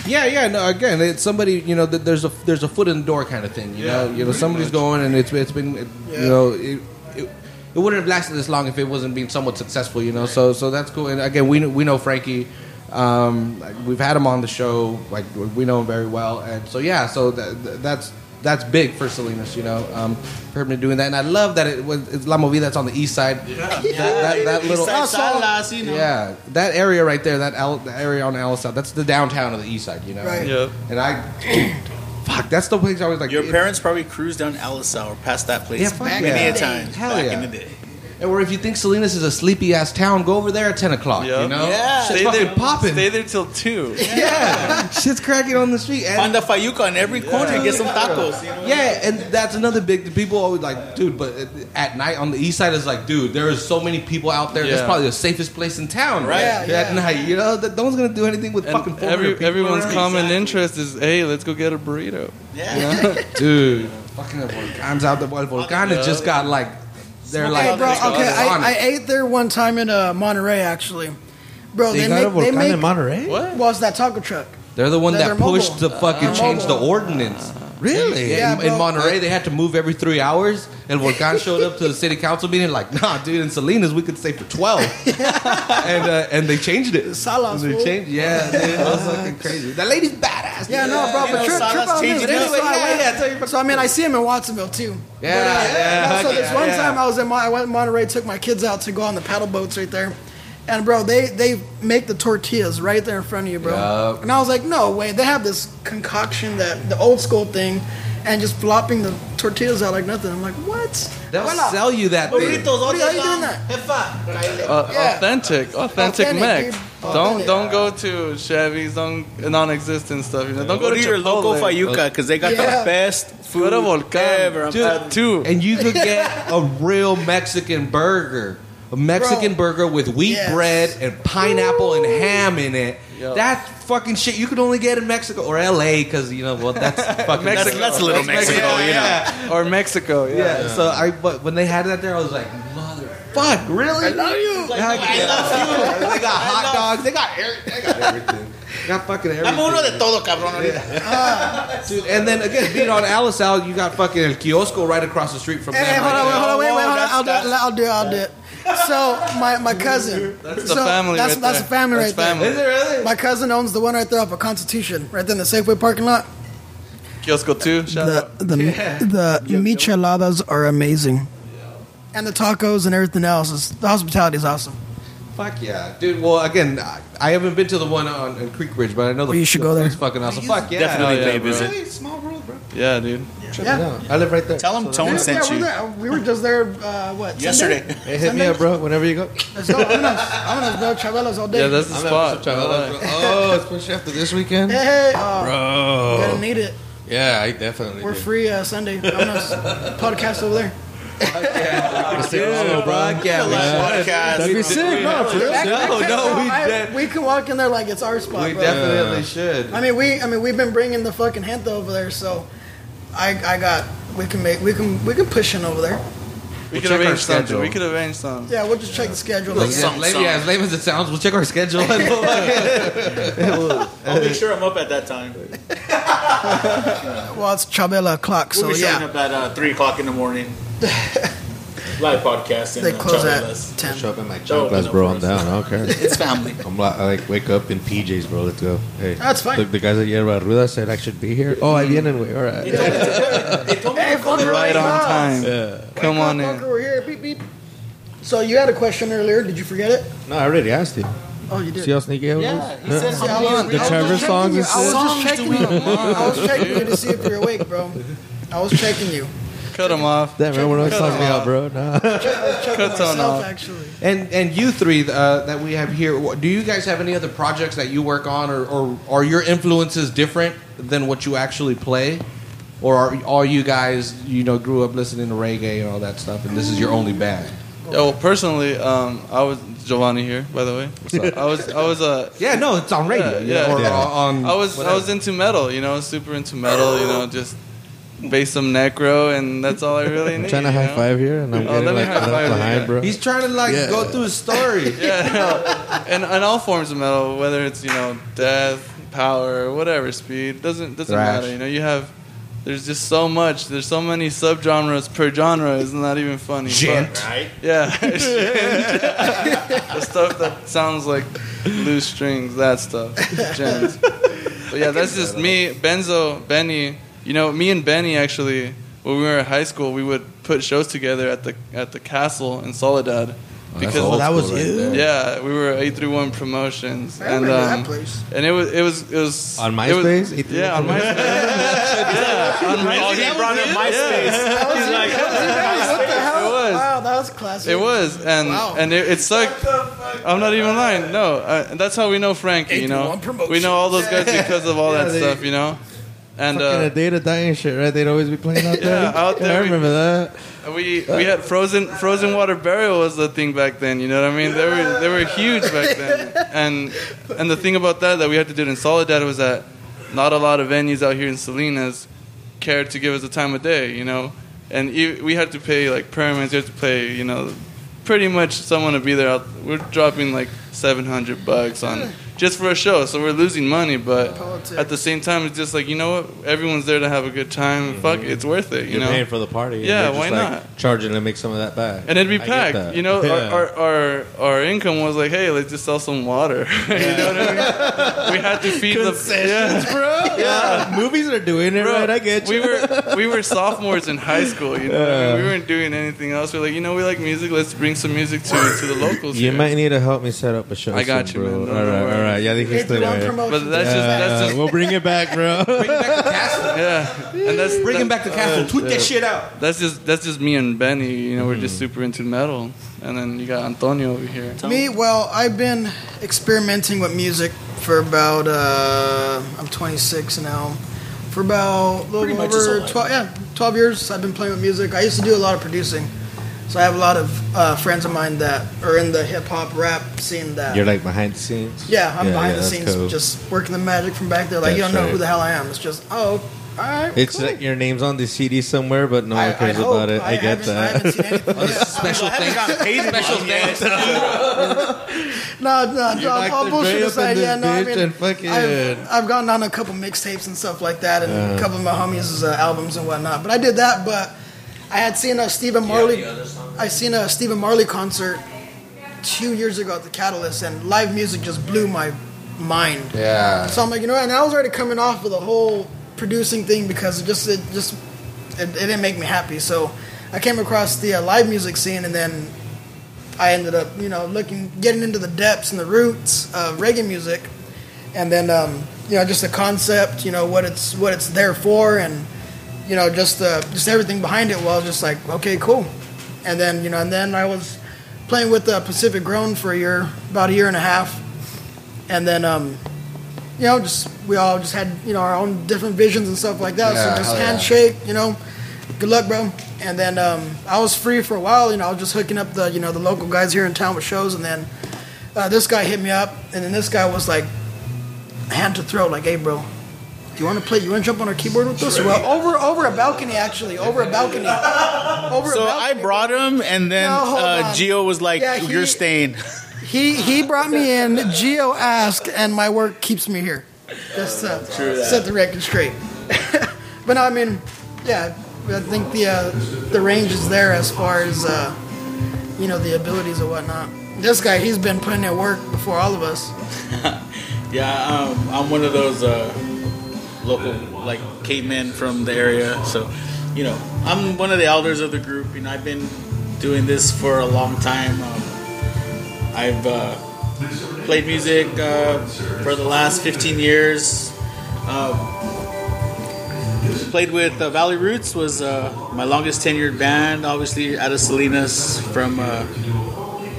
Yeah, yeah. No, again, it's somebody you know. That there's a there's a foot in the door kind of thing. You know, you know somebody's going, and it's it's been you know. It, it, it wouldn't have lasted this long if it wasn't being somewhat successful, you know. So, so that's cool. And again, we kn- we know Frankie, um, like, we've had him on the show, like we know him very well. And so, yeah, so tha- tha- that's that's big for Salinas, you know, um, for him to doing that. And I love that it was it's La Movida that's on the east side. That, that, that little Besides Salas, you know. yeah, that area right there, that Al, the area on Ellis South, that's the downtown of the east side, you know. Right. Yeah. And I, fuck, that's the place I was like. Your it- parents probably cruised down Alisau or past that place Yeah, fuck many yeah. a times Hell back yeah. in the day. and where if you think Salinas is a sleepy ass town, go over there at ten o'clock. Yeah. You know, Yeah. shit's fucking popping. Stay there till two. Yeah, shit's cracking on the street. And Find a fayuca on every corner and get some tacos. You know? Yeah, and that's another big. People always like, dude, but at night on the east side is like, dude, there is so many people out there. That's Yeah. probably the safest place in town, right? Right. Yeah, At yeah. night, you know, that no one's gonna do anything with fucking. And 400 every, people everyone's around. common Exactly. interest is, hey, let's go get a burrito. Yeah. dude. Fucking the Volcan's out the El Volcan has just got like they're Hey, like bro. there's Okay, others. I, I ate there one time in uh, Monterey, actually. Bro, they, make they make Monterey? What? well, it's that taco truck. they're the one They're that mobile. Uh, pushed to fucking They're change the mobile. ordinance. Really? Yeah, in, in bro. Monterey, they had to move every three hours. And Volcan showed up to the city council meeting like, "Nah, dude, in Salinas we could stay for 12. and uh, and they changed it. Salas, They fool. changed. Yeah, dude, that was fucking crazy. That lady's badass. Yeah, dude. no, bro, you but know, trip, Salas trip on this. changed it. That's Anyway, why I yeah, went. yeah, tell your- so I mean, I see him in Watsonville too. Yeah, But, uh, yeah, no, so heck there's yeah, one yeah. time I was in Mon- I went to Monterey, took my kids out to go on the paddle boats right there, And bro, they they make the tortillas right there in front of you, bro. Yup. And I was like, no way. They have this concoction that the old school thing, and just flopping the tortillas out like nothing. I'm like, what? They'll Why not? sell you that thing. What are you- how you doing that? Uh, Yeah. Authentic, authentic, Authentic, Mex. dude. Don't Authentic. don't go to Chevy's, don't non-existent stuff. You know, don't Go to your Chipotle. local Fayuca because they got Yeah. the best Go food to Volcan. ever. I'm telling Dude, you. two. and you could get a real Mexican burger. A Mexican Bro. burger with wheat Yes. bread and pineapple and ham in it. Yo. That fucking shit you could only get in Mexico or LA because you know well that's fucking That's, that's a little Mexico, Mexico, you know. or Mexico. Yeah. Yeah, so I but when they had that there, I was like, mother, fuck, really? I love you. I love you. they got hot dogs. They got every, they got everything. They got fucking everything. Dude, and then again, being on Alice Al, you got fucking El Kiosco right across the street from Hey, them. Eh, hold on, wait, hold oh, on, wait, wait, hold on. That's- I'll do, it, that's- I'll do, it, I'll do it. So my my cousin. That's so the family. That's right that's a there. family That's right there. family. Is it really? My cousin owns the one right there off of Constitution, right there in the Safeway parking lot. Kiosko too. Shout The out. the the micheladas are amazing, and the tacos and everything else. Is, the hospitality is awesome. Fuck yeah, dude. Well, again, I, I haven't been to the one on, on Creek Ridge, but I know the Well, you should the go there. food's Fucking awesome. Fuck yeah, Definitely Hell pay yeah, a bro. visit. Really? small world, bro. Yeah, dude. Yeah. I live right there. Tell them Tone sent you. we're there. we were just there. Uh, what Sunday? Yesterday. Hey, hit me up, bro. Whenever you go. Let's go. I'm gonna, I'm gonna go Chabelas all day. Yeah, that's the spot. Alright. Oh, especially after this weekend. hey, hey, oh, Bro. gonna need it. Yeah, I definitely. We're do. free uh, Sunday. I'm gonna s- podcast over there. Oh, bro, yeah, we should. That'd be sick. No, for real. No, no, we I- def- we can walk in there like it's our spot. We bro. definitely should. I mean, we I mean we've been bringing the fucking henta over there, so I I got we can make we can we can push in over there. We We'll could check our arrange something. schedule. We could arrange something. Yeah, we'll just check the schedule. Like, Let's- yeah, lame- yeah, as lame as it sounds, we'll check our schedule. I'll make sure I'm up at that time. Well, it's Chabela o'clock, so We'll be showing yeah, up at uh, three o'clock in the morning. Live podcast. in, they uh, close Chabelas. at ten. Shove in my Don't chanclas, open bro. up I'm for down. I don't care. It's family. I'm li- I, like wake up in PJs, bro. Let's go. Hey, That's fine. The, the guys at Yerba Ruda said I should be here. Oh, I vienen, way. All right. Hey, fucker, Right on up. time. Wake Come up, on fucker, in. We're here. Beep beep. So you had a question earlier. Did you forget it? No, I already asked you. Oh, you did. See how sneaky I was. See, I was- The I was Trevor just checking songs you. and I was shit. just checking you. I was checking you to see if you're awake, bro. I was checking you. Cut him off. Damn, everyone always calls me out, bro. Nah. I was checking Cuts on myself off. actually. and and you three uh, that we have here, wh- do you guys have any other projects that you work on, or, or are your influences different than what you actually play, or are all you guys you know grew up listening to reggae and all that stuff, and this is your only band? Yeah, well, personally, um, I was Giovanni here, by the way. I was, I was uh, Yeah, no, it's on radio. Yeah, yeah. or Yeah. on. I was, I whatever. was into metal. You know, I was super into metal. You know, just base some necro, and that's all I really need. I'm trying to you high know? five here, and I'm Oh, getting let me like high left five you. behind, bro. He's trying to like Yeah. go through his story. Yeah, no. and and all forms of metal, whether it's you know death, power, whatever, speed, doesn't doesn't Thrash. matter. You know, you have there's just so much. There's so many subgenres per genre. It's not even funny. Gent. But- Right? yeah, the stuff that sounds like loose strings, that stuff, Gent. But yeah, that's just me, Benzo, Benny. You know, me and Benny actually, when we were in high school, we would put shows together at the at the castle in Oh, Soledad. old that was school right you? there. Yeah, we were eight three one promotions, I and remember that um, place. and it was it was it was On it was- MySpace? 831 yeah, on MySpace. yeah, on Oh, MySpace. he brought up MySpace. He's like, What the hell? was. Wow, that was classic. It was, and Wow. and it, it sucked. I'm not even lying. No, uh, that's how we know Frankie. You know, 831 we know all those guys because of all Yeah, that they- stuff. You know, and Fucking a uh, day to die and shit, right? They'd always be playing out there. out there I we- remember that. we we had frozen frozen water burial was the thing back then. You know what I mean? They were they were huge back then. And and the thing about that that we had to do it in Soledad was that not a lot of venues out here in Salinas cared to give us the time of day. You know, and e- we had to pay like permits. You had to pay you know pretty much someone to be there. Out, we're dropping like seven hundred bucks on just for a show, so we're losing money. But Politics. at the same time, it's just like you know what? Everyone's there to have a good time. Fuck, it's worth it. You Mm-hmm. You're know. paying for the party. and Yeah, they're just why like, not? charging to make some of that back. And it'd be I get packed. that. You know, Yeah. our, our, our, our income was like, hey, let's just sell some water. you know what I mean? We had to feed the. Yeah. bro. Yeah, movies are doing it Bro, right. I get you. We were we were sophomores in high school. You know, what I mean? we weren't doing anything else. We're like, you know, we like music. Let's bring some music to to the locals. You here. might need to help me set up a show. I got soon, you, bro. man. Don't- All don't right, worry. all right. Yeah, I think he's It's still one there. but promotion. that's just that's Uh, just we'll bring it back, bro. Bring back the castle. yeah, and that's Bring that- him back the castle. Tweet that shit out. That's just that's just me and Benny. You know, we're Mm. just super into metal, and then you got Antonio over here. Me, well, I've been experimenting with music for about uh, I'm 26 now. For about a little Pretty much his whole over 12, life. yeah, 12 years, I've been playing with music. I used to do a lot of producing, so I have a lot of uh, friends of mine that are in the hip hop rap scene. That You're like behind the scenes. yeah, I'm behind the that's scenes, cool. just working the magic from back there. Like you That's don't know who right. the hell I am. It's just oh, all right, It's cool. like your name's on the CD somewhere, but no I, one I cares hope. about it. I, get haven't- I haven't seen that. anything yet. Oh, Special thanks. haven't gotten paid in Special money yet. thanks. No, no, no. knocked I'll it bullshit right up aside. in Yeah, this no, I bitch mean, and fucking- I've, I've gotten on a couple mixtapes and stuff like that, and a couple of my homies' uh, albums and whatnot. But I did that. But I had seen a Stephen Marley. I seen a Stephen Marley concert two years ago at the Catalyst, and live music just blew my mind. Yeah. So I'm like, you know, what? and I was already coming off of the whole producing thing because it just it just it, it didn't make me happy. So I came across the uh, live music scene, and then I ended up, you know, looking getting into the depths and the roots of reggae music, and then um, you know, just the concept, you know, what it's what it's there for, and you know, just the just everything behind it. Well, I was just like, okay, cool. And then you know, and then I was playing with uh, Pacific Grown for a year, about a year and a half, and then um, you know, just we all just had you know our own different visions and stuff like that. Yeah, so just hell yeah. handshake, you know, good luck, bro. And then um, I was free for a while. You know, I was just hooking up the you know the local guys here in town with shows, and then uh, this guy hit me up, and then this guy was like hand to throat, like, "Hey, bro." Do you want to play? You want to jump on our keyboard with us? Well, over over a balcony, actually, over a balcony, over a So I balcony. brought him, and then No, hold uh, on. Gio was like, Yeah, he- "You're staying." He he brought me in. Geo asked, and my work keeps me here. Just to set the record straight. but no, I mean, yeah, I think the uh, the range is there as far as uh, you know the abilities and whatnot. This guy, he's been putting in work before all of us. Yeah, um, I'm one of those uh, local like cavemen from the area, so you know I'm one of the elders of the group. You know, I've been doing this for a long time. Um, I've uh, played music uh, for the last 15 years. Um, played with uh, Valley Roots was uh, my longest tenured band, obviously out of Salinas. From uh,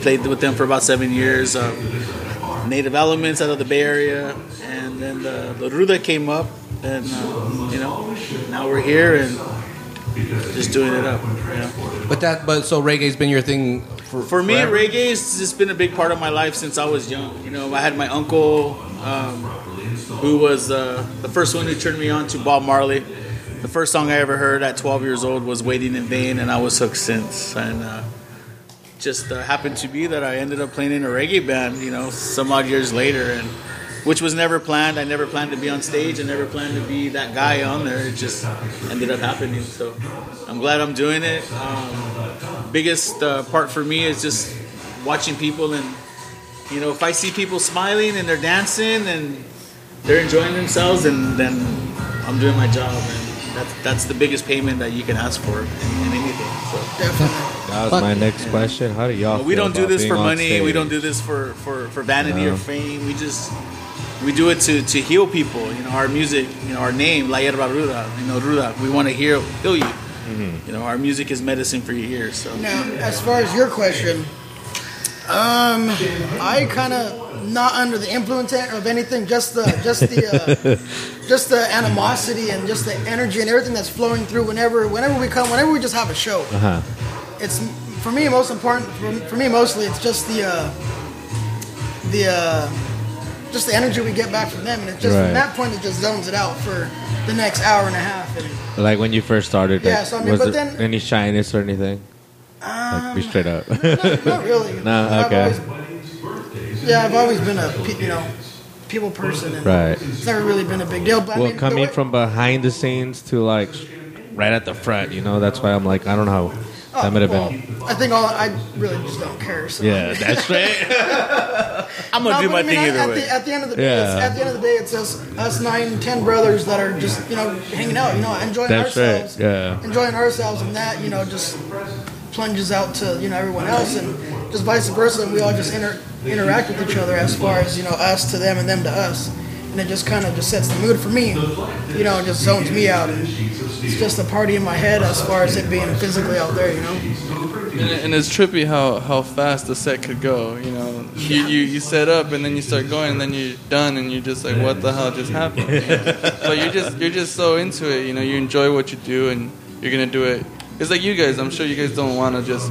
played with them for about seven years. Um, Native Elements out of the Bay Area, and then the, the Ruda came up, and uh, you know, now we're here and just doing it up. You know? But that. But so reggae's been your thing for For me, forever? reggae has just been a big part of my life since I was young. You know, I had my uncle um, who was uh, the first one who turned me on to Bob Marley. The first song I ever heard at 12 years old was "Waiting in Vain," and I was hooked since. And uh, just uh, happened to be that I ended up playing in a reggae band, you know, some odd years later, and which was never planned. I never planned to be on stage. I never planned to be that guy on there. It just ended up happening. So I'm glad I'm doing it. Um, biggest uh, part for me is just watching people, and you know, if I see people smiling and they're dancing and they're enjoying themselves, and then I'm doing my job. And that's that's the biggest payment that you can ask for in, in anything. So. That was my next question. How do y'all? But we feel don't do about this being for on money. We stage? don't do this for for for vanity or fame. We just we do it to to heal people. You know, our music. You know, our name La Yerba Ruda. You know, Ruda. We want to heal heal you. Mm-hmm. You know, our music is medicine for your ears. So Now, as far as your question, um, I kind of not under the influence of anything. Just the just the uh, just the animosity and just the energy and everything that's flowing through whenever whenever we come whenever we just have a show. Uh-huh. It's for me most important. For, for me mostly, it's just the uh, the uh, just the energy we get back from them, and it's just Right. from that point it just zones it out for the next hour and a half. And Like when you first started. Yeah, like, so I mean, was but there then- any shyness or anything? like, Ah. be straight up. not, not really. No, I've okay. always- yeah, I've always been a pe- you know people person, and Right. it's never really been a big deal. But I well, mean, the coming way- from behind the scenes to like right at the front, you know. That's why I'm like, I don't know. That might have been. Oh, Well, I think all I really just don't care. So. Yeah, that's right. I'm gonna No, do but my I mean, thing at, either at way. The, at the end of the day, it's, Yeah. at the end of the day, it's us, us nine, ten brothers that are just you know hanging out, you know, enjoying That's right, ourselves, yeah. enjoying ourselves, and that you know just plunges out to you know everyone else, and just vice versa, and we all just inter- interact with each other as far as you know us to them and them to us, and it just kind of just sets the mood for me, you know, and just zones me out, and it's just a party in my head as far as it being physically out there, you know. And, it- and it's trippy how, how fast the set could go. You know, you, you, you set up and then you start going and then you're done and you're just like, what the hell just happened? but you're just you're just so into it. You know, you enjoy what you do and you're gonna do it. It's like you guys. I'm sure you guys don't want to just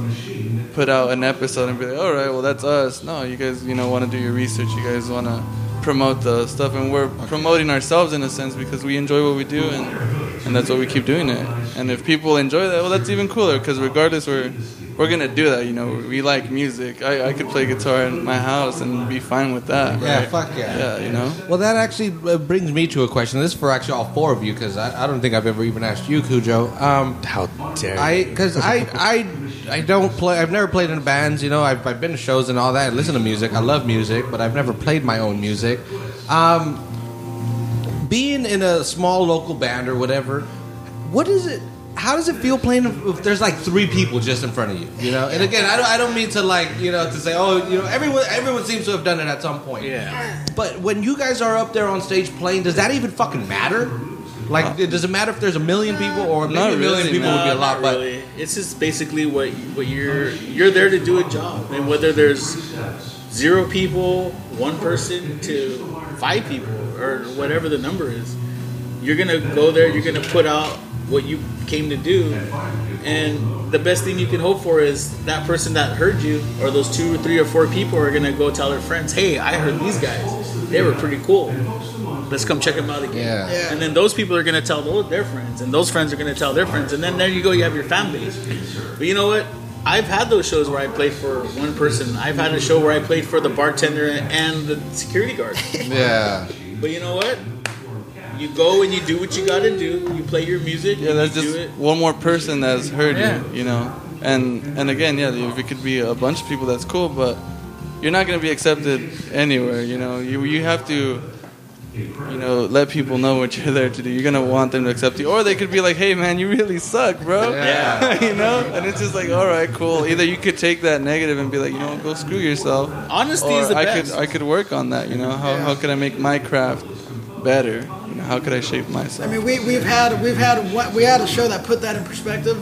put out an episode and be like, all right, well that's us. No, you guys you know want to do your research. You guys want to promote the stuff and we're promoting ourselves in a sense because we enjoy what we do and. And that's why we keep doing it. And if people enjoy that, well, that's even cooler. Because regardless, we're we're gonna do that. You know, we like music. I, I could play guitar in my house and be fine with that. Yeah, right? fuck yeah. Yeah, you know. Well, that actually uh, brings me to a question. This is for actually all four of you because I, I don't think I've ever even asked you, Cujo. Um, How dare you. I because I I I don't play. I've never played in bands. You know, I've, I've been to shows and all that. I listen to music. I love music, but I've never played my own music. Um, being in a small local band or whatever, what is it? How does it feel playing if there's like three people just in front of you? You know, and again, I don't I don't mean to like you know to say oh you know everyone everyone seems to have done it at some point. Yeah. But when you guys are up there on stage playing, does that even fucking matter? Like, does it matter if there's a million people or maybe Not a million really, people no, would be a Not lot, but really. It's just basically what what you're you're there to do a job, and whether there's zero people, one person to five people, or whatever the number is, you're gonna go there. You're gonna put out what you came to do, and the best thing you can hope for is that person that heard you, or those two or three or four people, are gonna go tell their friends, "Hey, I heard these guys. They were pretty cool. Let's come check them out again." Yeah. Yeah. And then those people are going to tell those, their friends, and those friends are going to tell their friends, and then there you go, you have your fan base. But you know what? I've had those shows where I played for one person. I've had a show where I played for the bartender and the security guard. yeah. but you know what? You go and you do what you got to do. You play your music. Yeah, there's you do just it. one more person that's heard Yeah. you, you know. And and again, yeah, if it could be a bunch of people, that's cool. But you're not gonna be accepted anywhere, you know. You you have to, you know, let people know what you're there to do. You're gonna want them to accept you, or they could be like, "Hey, man, you really suck, bro." Yeah. you know. And it's just like, all right, cool. Either you could take that negative and be like, you know, go screw yourself. Honesty or is the I best. could I could work on that. You know, how how could I make my craft better? You know, how could I shape myself? I mean, we, we've had we've had one- we had a show that put that in perspective,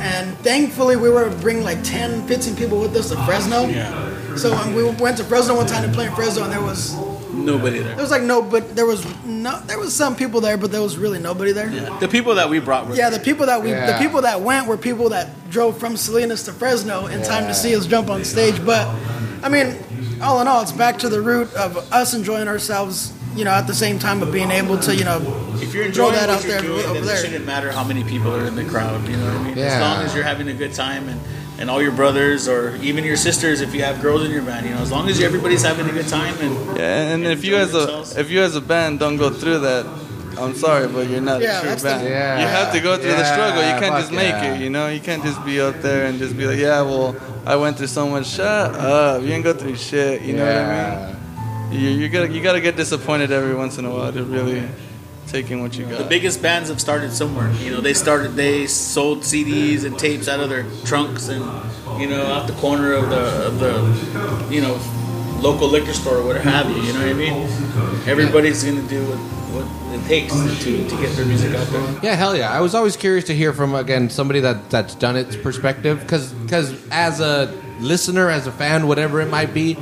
and thankfully we were bringing like 10, 15 people with us to Fresno. Yeah. So um, we went to Fresno one time to play in Fresno, and there was there Nobody there. was like no, but there was no, there was some people there, but there was really nobody there. Yeah. The people that we brought were the people that we Yeah. the people that went were people that drove from Salinas to Fresno in time to see us jump on stage. But I mean, all in all, it's back to the root of us enjoying ourselves. You know, at the same time of being able to, you know, If you're Throw enjoying that what out you're there doing, over then there. it shouldn't matter how many people are in the crowd. You know what I mean? Yeah. As long as you're having a good time and, and all your brothers or even your sisters, if you have girls in your band, you know, as long as everybody's having a good time and Yeah, and if you as a themselves. if you as a band don't go through that, I'm sorry, but you're not Yeah, a true that's the- band. Yeah. You have to go through the Yeah, struggle. You can't fuck just make yeah. it. You know, you can't just be up there and just be like, yeah, well, I went through so much. Shut up, you didn't go through shit. You know what I mean? You you gotta you gotta get disappointed every once in a while to really taking what you the got. biggest bands have started somewhere. You know, they started they sold CDs and tapes out of their trunks and you know out the corner of the of the you know local liquor store or what have you. You know what I mean? Everybody's gonna do what, what it takes to, to get their music out there. Yeah, hell yeah. I was always curious to hear from again somebody that that's done its perspective because as a listener, as a fan, whatever it might be,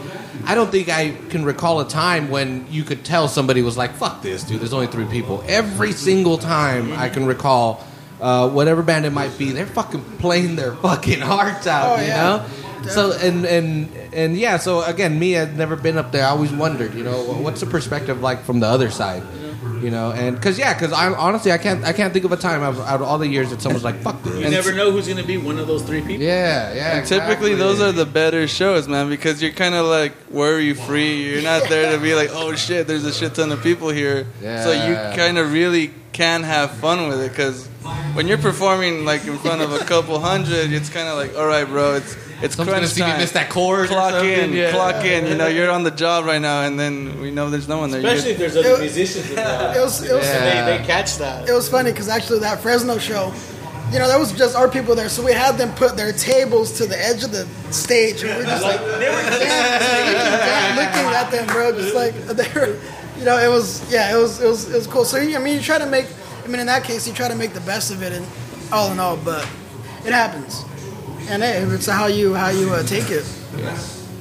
I don't think I can recall a time when you could tell somebody was like, "Fuck this, dude." There's only three people. Every single time I can recall, uh, whatever band it might be, they're fucking playing their fucking hearts out. Oh, you yeah. know. So and and and yeah. So again, me, I've never been up there. I always wondered, you know, what's the perspective like from the other side, you know? And because yeah, because I honestly, I can't, I can't think of a time out of, out of all the years that someone's like, "Fuck this." You And- never know who's gonna be one of those three people. Yeah, yeah. Typically, exactly. those are the better shows, man, because you're kind of like worry free. You're not there to be like, oh shit, there's a shit ton of people here. So Yeah. you kind of really can have fun with it because when you're performing like in front of a couple hundred, it's kind of like, all right, bro, it's Someone's it's gonna crunch see me time. miss that chord or Clock in, something, yeah. clock in. You know, you're on the job right now, and then we know there's no one there. You Especially if there's other musicians involved. It was it was They, they catch that. it was funny because actually that Fresno show, you know, that was just our people there, so we had them put their tables to the edge of the stage, and we're just like yeah, looking at them, bro, just like they were, you know, it was yeah, it was it was it was cool. So I mean, you try to make, I mean, in that case, you try to make the best of it, and all in all, but it happens, and hey, it's how you how you uh, take it.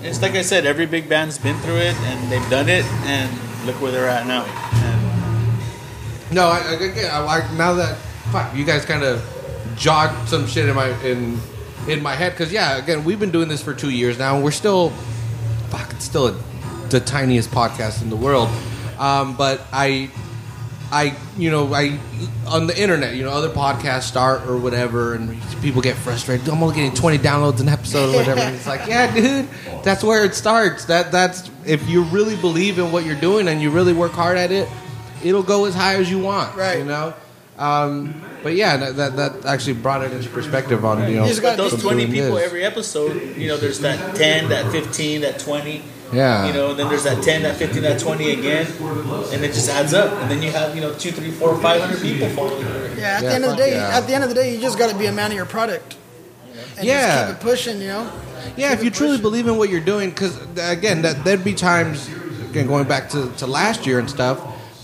It's like I said, every big band's been through it and they've done it, and look where they're at now. And No, I, I, again, I, I, now that fuck, you guys kind of jogged some shit in my in in my head because yeah, again, we've been doing this for two years now, and we're still fuck, it's still a, the tiniest podcast in the world. Um, but I, I, you know, I on the internet, you know, other podcasts start or whatever, and people get frustrated. I'm only getting 20 downloads an episode or whatever. And it's like, yeah, dude, that's where it starts. That that's if you really believe in what you're doing and you really work hard at it, it'll go as high as you want. Right. You know. Um, but yeah, that, that that actually brought it into perspective on you know You just but gotta those from 20 doing people this. every episode, you know, there's that 10, that 15, that 20. Yeah. You know, then there's that 10, that 15, that 20 again, and it just adds up. And then you have, you know, two, three, four, five hundred people following you. Yeah, at Yeah, the end of fuck the day, yeah. at the end of the day, you just got to be a man of your product. And Yeah. just keep it pushing, you know. Yeah, if you truly believe in what you're doing, because again, that there'd be times, again, going back to, to last year and stuff,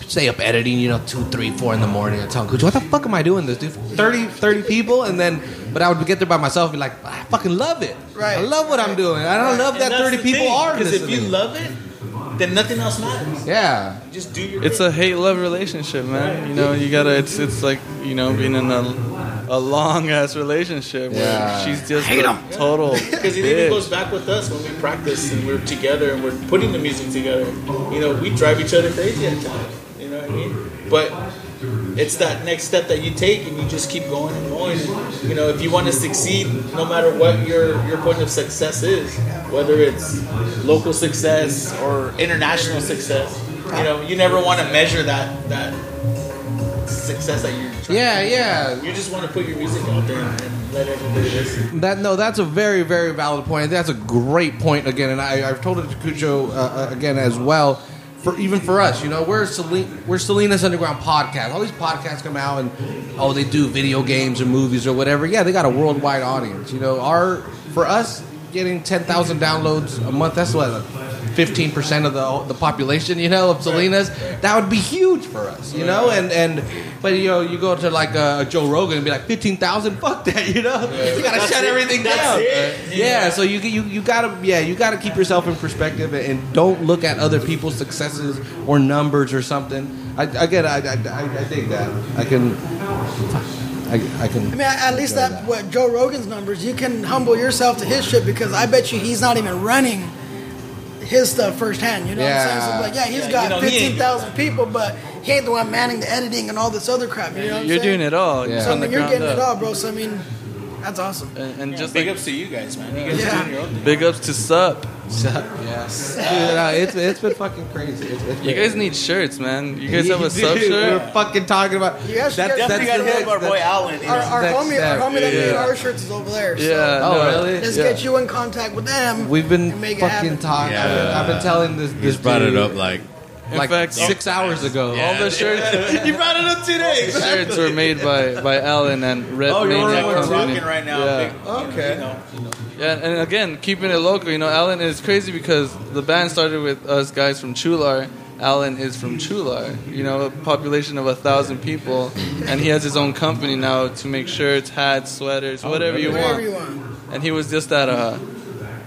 stay up editing, you know, two, three, four in the morning. I tell Coach, what the fuck am I doing this, dude? 30, 30 people, and then, but I would get there by myself and be like, I fucking love it. Right. I love what I'm doing. I don't love that 30 people are Because if listening. you love it, then nothing else matters. yeah. Just do your It's a hate love relationship, man. You know, you gotta. It's it's like you know being in a, a long ass relationship where Yeah. she's just a total Because it even goes bitch. back with us when we practice and we're together and we're putting the music together. You know, we drive each other crazy at times. You know what I mean? But it's that next step that you take and you just keep going and going. And, you know, if you want to succeed, no matter what your your point of success is, whether it's local success or international success, you know, you never want to measure that that success that you're. Trying Yeah, yeah. You just want to put your music out there and, and let everybody listen. That no, that's a very very valid point. That's a great point again, and I, I've told it to Cujo uh, uh, again as well. For even for us, you know, we're Selena, we're Selena's Underground podcast. All these podcasts come out and oh, they do video games or movies or whatever. Yeah, they got a worldwide audience. You know, our for us getting ten thousand downloads a month. That's what. Fifteen percent of the the population, you know, of Selena's, that would be huge for us, you know. And and but you know, you go to like uh, Joe Rogan and be like fifteen thousand, fuck that, you know. You gotta shut everything down. Yeah, so you, you you gotta yeah you gotta keep yourself in perspective and, and don't look at other people's successes or numbers or something. I again I I, I, I dig that I can I, I I can mean, at least that what Joe Rogan's numbers, you can humble yourself to his shit because I bet you he's not even running his stuff firsthand. You know what I'm saying? So Yeah. like, yeah, he's Yeah, got you know, he ain't- fifteen thousand people, but he ain't the one manning the editing and all this other crap. You know what I'm You're saying? doing it all. Yeah. Just So I on the mean, you're ground getting it up. all, bro. So I mean, that's awesome. And, and just Big like ups to you guys, man. You guys Yeah. are doing your own thing. big ups to Sup. yes yeah, it's it's been fucking crazy. It's, it's been- You guys need shirts, man. You guys have a Dude, Sup We're shirt. fucking talking about You guys should that's- get- Definitely that's got to the help our next- boy Allen. You Our, know? our Next homie, step. our homie that made Yeah. our shirts is over there. So Yeah. Oh, no. really? Let's Yeah. get you in contact with them. We've been and make it fucking happen. talking. I've, been, I've been telling this. this He's brought it dude, up like In like fact, six hours ago. all the shirts you brought it up today. the shirts were made by by Alan and Red Oh, you're Maniac we're Company. rocking right now. Yeah. Big, okay. You know, you know, Yeah, and again, keeping it local, you know, Alan is crazy because the band started with us guys from Chular. Alan is from Chular, you know, a population of a thousand people, and he has his own company now to make shirts, hats, sweaters, whatever you Oh, Whatever want. you want. And he was just at uh,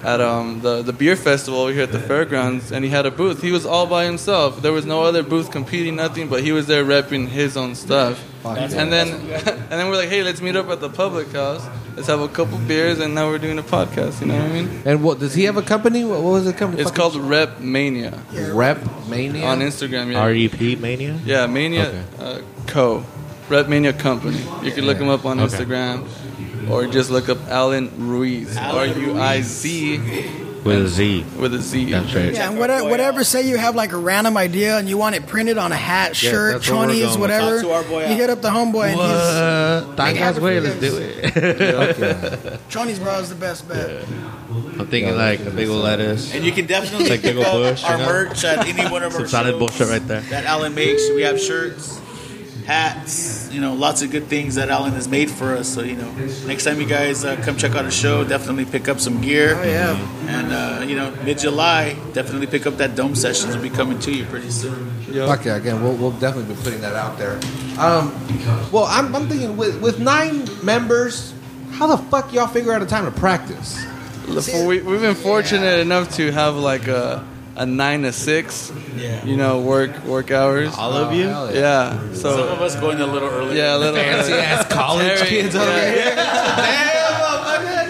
at um, the the beer festival over here at the fairgrounds, and he had a booth. He was all by himself. There was no other booth competing, nothing. But he was there repping his own stuff. and then and then we're like, hey, let's meet up at the public house. Let's have a couple beers, and now we're doing a podcast. You know what I mean? And what does he have a company? What, what was the company? It's Fucking- called Rep Mania Rep Mania. on Instagram. Yeah, E REP Mania. yeah Mania uh, Co. Rep Mania Company. You can look him up on Okay. Instagram, or just look up Alan Ruiz. R U I Z With a Z. with a Z. That's right. Yeah, and whatever, whatever. Say you have like a random idea and you want it printed on a hat, Yeah, shirt, that's what we're chonies, going with. whatever. Talk to our boy you out. hit up the homeboy and he's Tangas, güey, let's do it. chonies, bro, is the best bet. I'm thinking like a big old lettuce. And you can definitely Like pick Big Ol' up Bush, you our know? merch at any one of our Some solid shows bullshit right there. That Alan makes. We have shirts, hats, you know, lots of good things that Alan has made for us. So you know, next time you guys uh, come check out a show, definitely pick up some gear. Oh yeah. And uh, you know, mid July, definitely pick up that dome sessions. Will be coming to you pretty soon. Fuck yeah! Again, we'll, we'll definitely be putting that out there. Um, well, I'm, I'm thinking with with nine members, how the fuck y'all figure out a time to practice? We, we've been fortunate enough to have like a, a nine to six, Yeah. you know, work work hours. All of you? Hell yeah. Yeah. Some So of us going a little early. yeah, a little fancy ass college kids over here.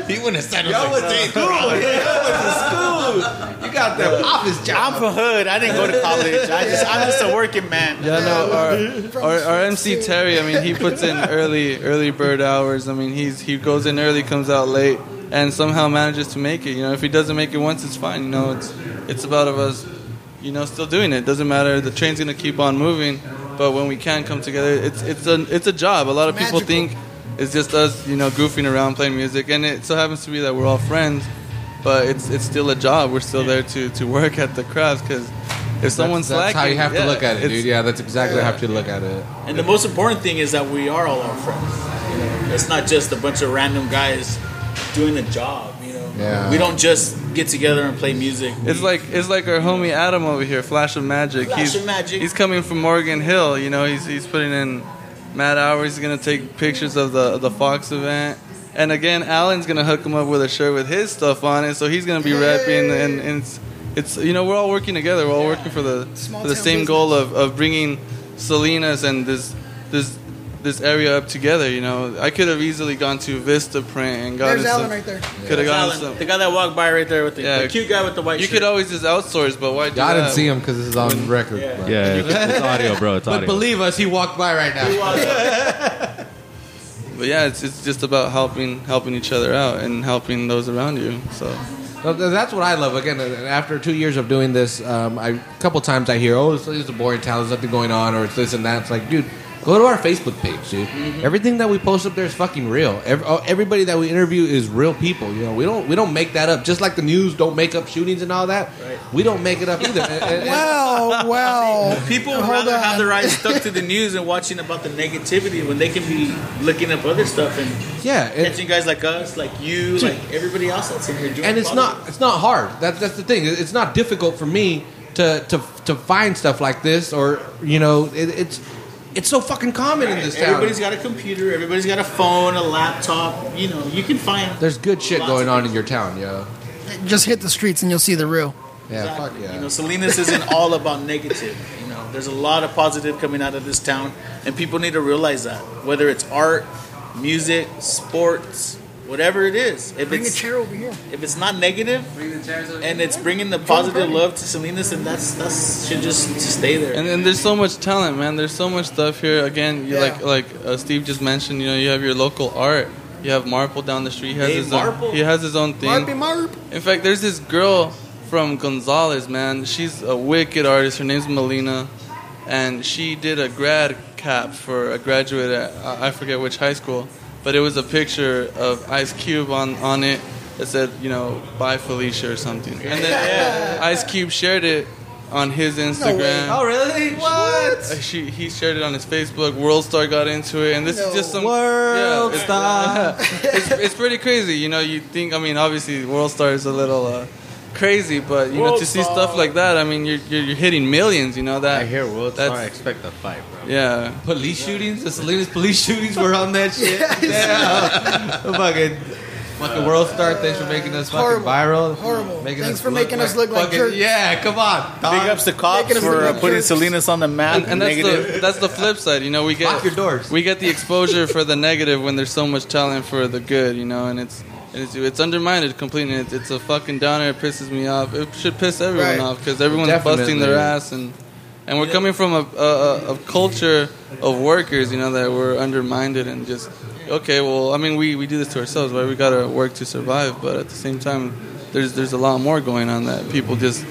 He wouldn't have said You got that office I'm job. from hood. I didn't go to college. I just, I'm just a working man. Yeah, no. Our, our, our MC Terry, I mean, he puts in early early bird hours. I mean, he's he goes in early, comes out late, and somehow manages to make it. You know, if he doesn't make it once, it's fine. You know, it's it's about of us, you know, still doing it. Doesn't matter. The train's gonna keep on moving. But when we can come together, it's it's a it's a job. A lot of people Magical. think it's just us, you know, goofing around playing music, and it so happens to be that we're all friends. But it's it's still a job. We're still there to, to work at the craft because if someone's that's slacking, how you have yeah, to look at it, it's- dude. Yeah, that's exactly how you look at it. And the most important thing is that we are all our friends. You know, It's not just a bunch of random guys doing a job. You know, Yeah. we don't just get together and play music. It's We- like it's like our homie Adam over here, Flash of Magic. Flash he's, of Magic. He's coming from Morgan Hill. You know, he's he's putting in mad hours. He's gonna take pictures of the of the Fox event. And again, Alan's gonna hook him up with a shirt with his stuff on it, so he's gonna be rapping. And, and it's, it's you know we're all working together. We're all working for the Small for the town same business. goal of, of bringing Salinas and this this this area up together. You know, I could have easily gone to Vista Print and gotten There's Alan some. right there. Could have gotten Alan, some. the guy that walked by right there with the, Yeah. the cute guy with the white You shirt. could always just outsource, but why do Yeah, I didn't that? see him because this is on record. Yeah. but- Yeah, it's, it's audio, bro. It's But audio. believe us, he walked by right now. But yeah, it's, it's just about helping helping each other out and helping those around you. So So th- That's what I love. Again, and after two years of doing this, um, I, a couple times I hear, "Oh, it's, it's a boring town. There's nothing going on," or "It's this and that." It's like, dude, go to our Facebook page, dude. Mm-hmm. Everything that we post up there is fucking real. Every, oh, everybody that we interview is real people. You know, we don't we don't make that up. Just like the news don't make up shootings and all that, we don't make it up either. And- and- and- Wow, wow. People would Hold rather on. have their eyes stuck to the news and watching about the negativity when they can be looking up other stuff and yeah, and- catching guys like us, like you, like everybody else that's in here doing. and it's positive. not it's not hard. That's that's the thing. It- It's not difficult for me to to to find stuff like this, or you know, it, it's it's so fucking common in this town. Everybody's got a computer. Everybody's got a phone, a laptop. You know, you can find. There's good shit lots going of on in your town, yo. Just hit the streets and you'll see the real. Yeah, Exactly. fuck yeah. You know, Salinas isn't all about negative. You know, there's a lot of positive coming out of this town, and people need to realize that. Whether it's art, music, sports, whatever it is, if Bring a it's chair over here. if it's not negative, and it's bringing the positive love to Salinas, and that's that should just, just stay there. and then there's so much talent, man. There's so much stuff here. Again, you Yeah. like like uh, Steve just mentioned. You know, you have your local art. You have Marple down the street. He has Hey, his Marple. own. He has his own thing. Marpy Marp. In fact, there's this girl from Gonzales, man. She's a wicked artist. Her name's Melina, and she did a grad cap for a graduate at I I forget which high school, but it was a picture of Ice Cube on on it that said, you know, "Bye Felicia" or something. And then Ice Cube shared it on his Instagram. Oh, really? Uh, What? She, he shared it on his Facebook. World Star got into it, and this is just some World it's- Star. it's, it's pretty crazy, you know. You think, I mean, obviously, World Star is a little uh, crazy, but you know, World to see Star. stuff like that, I mean, you're you're, you're hitting millions, you know that. I hear Will. That's- I expect a fight, bro. Yeah, Police shootings? The Salinas police shootings were on that shit. Yeah. fucking fucking world star. Thanks for making us fucking Horrible. viral. Horrible. Thanks for making us look like fucking- jerks. Yeah, come on. dog. Big ups to cops Making us for look uh, like putting jerks. Salinas on the map. and, and that's negative. the that's the flip side, you know. We get Lock your doors. we get the exposure for the negative when there's so much talent for the good, you know, and it's. and It's, it's undermined completely. It's, it's a fucking downer. It pisses me off. It should piss everyone Right. off because everyone's Definitely. busting their ass, and and we're coming from a, a, a, a culture of workers, you know, that we're undermined and just okay. Well, I mean, we, we do this to ourselves, right? We gotta work to survive, but at the same time, there's there's a lot more going on that people just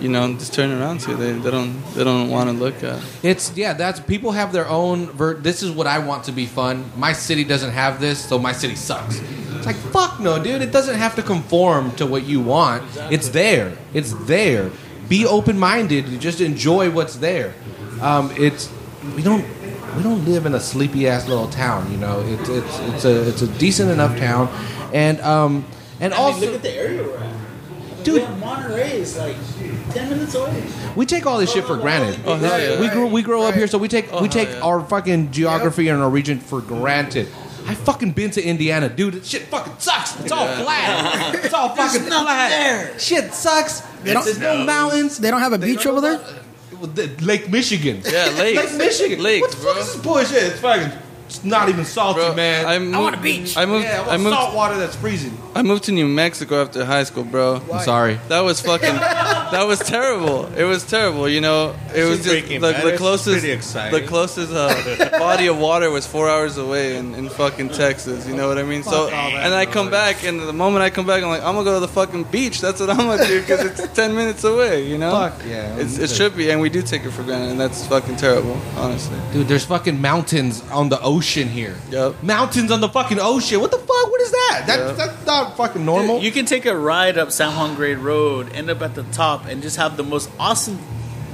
you know just turn around to. They, they don't they don't want to look at. It's yeah. That's people have their own. Ver- this is what I want to be fun. My city doesn't have this, so my city sucks. It's like fuck no, dude. It doesn't have to conform to what you want. It's there. It's there. Be open minded. Just enjoy what's there. Um, it's we don't we don't live in a sleepy ass little town. You know, it's it's it's a it's a decent enough town, and um and I mean, also look at the area we're at. Dude. we have Monterey is like ten minutes away. We take all this shit for granted. Oh, hell yeah. We grew we grow up here, so we take we hell take yeah. our fucking geography and our region for granted. I fucking been to Indiana, dude. That shit fucking sucks. It's all Yeah. flat. it's all There's fucking nothing flat. there. Shit sucks. They don't- There's no mountains. They don't have a beach over there. The- Lake Michigan. Yeah, lakes. Lake Michigan. Lakes, what the bro. fuck is this bullshit? It's fucking. It's not even salty, Bro, man. I, moved, want a beach. I moved. yeah, I I want moved. salt water that's freezing. I moved to New Mexico after high school, bro. I'm sorry. That was fucking. that was terrible. It was terrible. You know, it was just the, freaking bad. the It's closest. pretty exciting. The closest uh, body of water was four hours away in, in fucking Texas. You know what I mean? So, and I come back, and the moment I come back, I'm like, I'm gonna go to the fucking beach. That's what I'm gonna do because it's ten minutes away. You know? Fuck, yeah. It's, it should be, and we do take it for granted, and that's fucking terrible, honestly. Dude, there's fucking mountains on the ocean here. Yep. Mountains on the fucking ocean. What the fuck? What is that? That, Yep. That's not fucking normal. You can take a ride up San Juan Grade Road, end up at the top, and just have the most awesome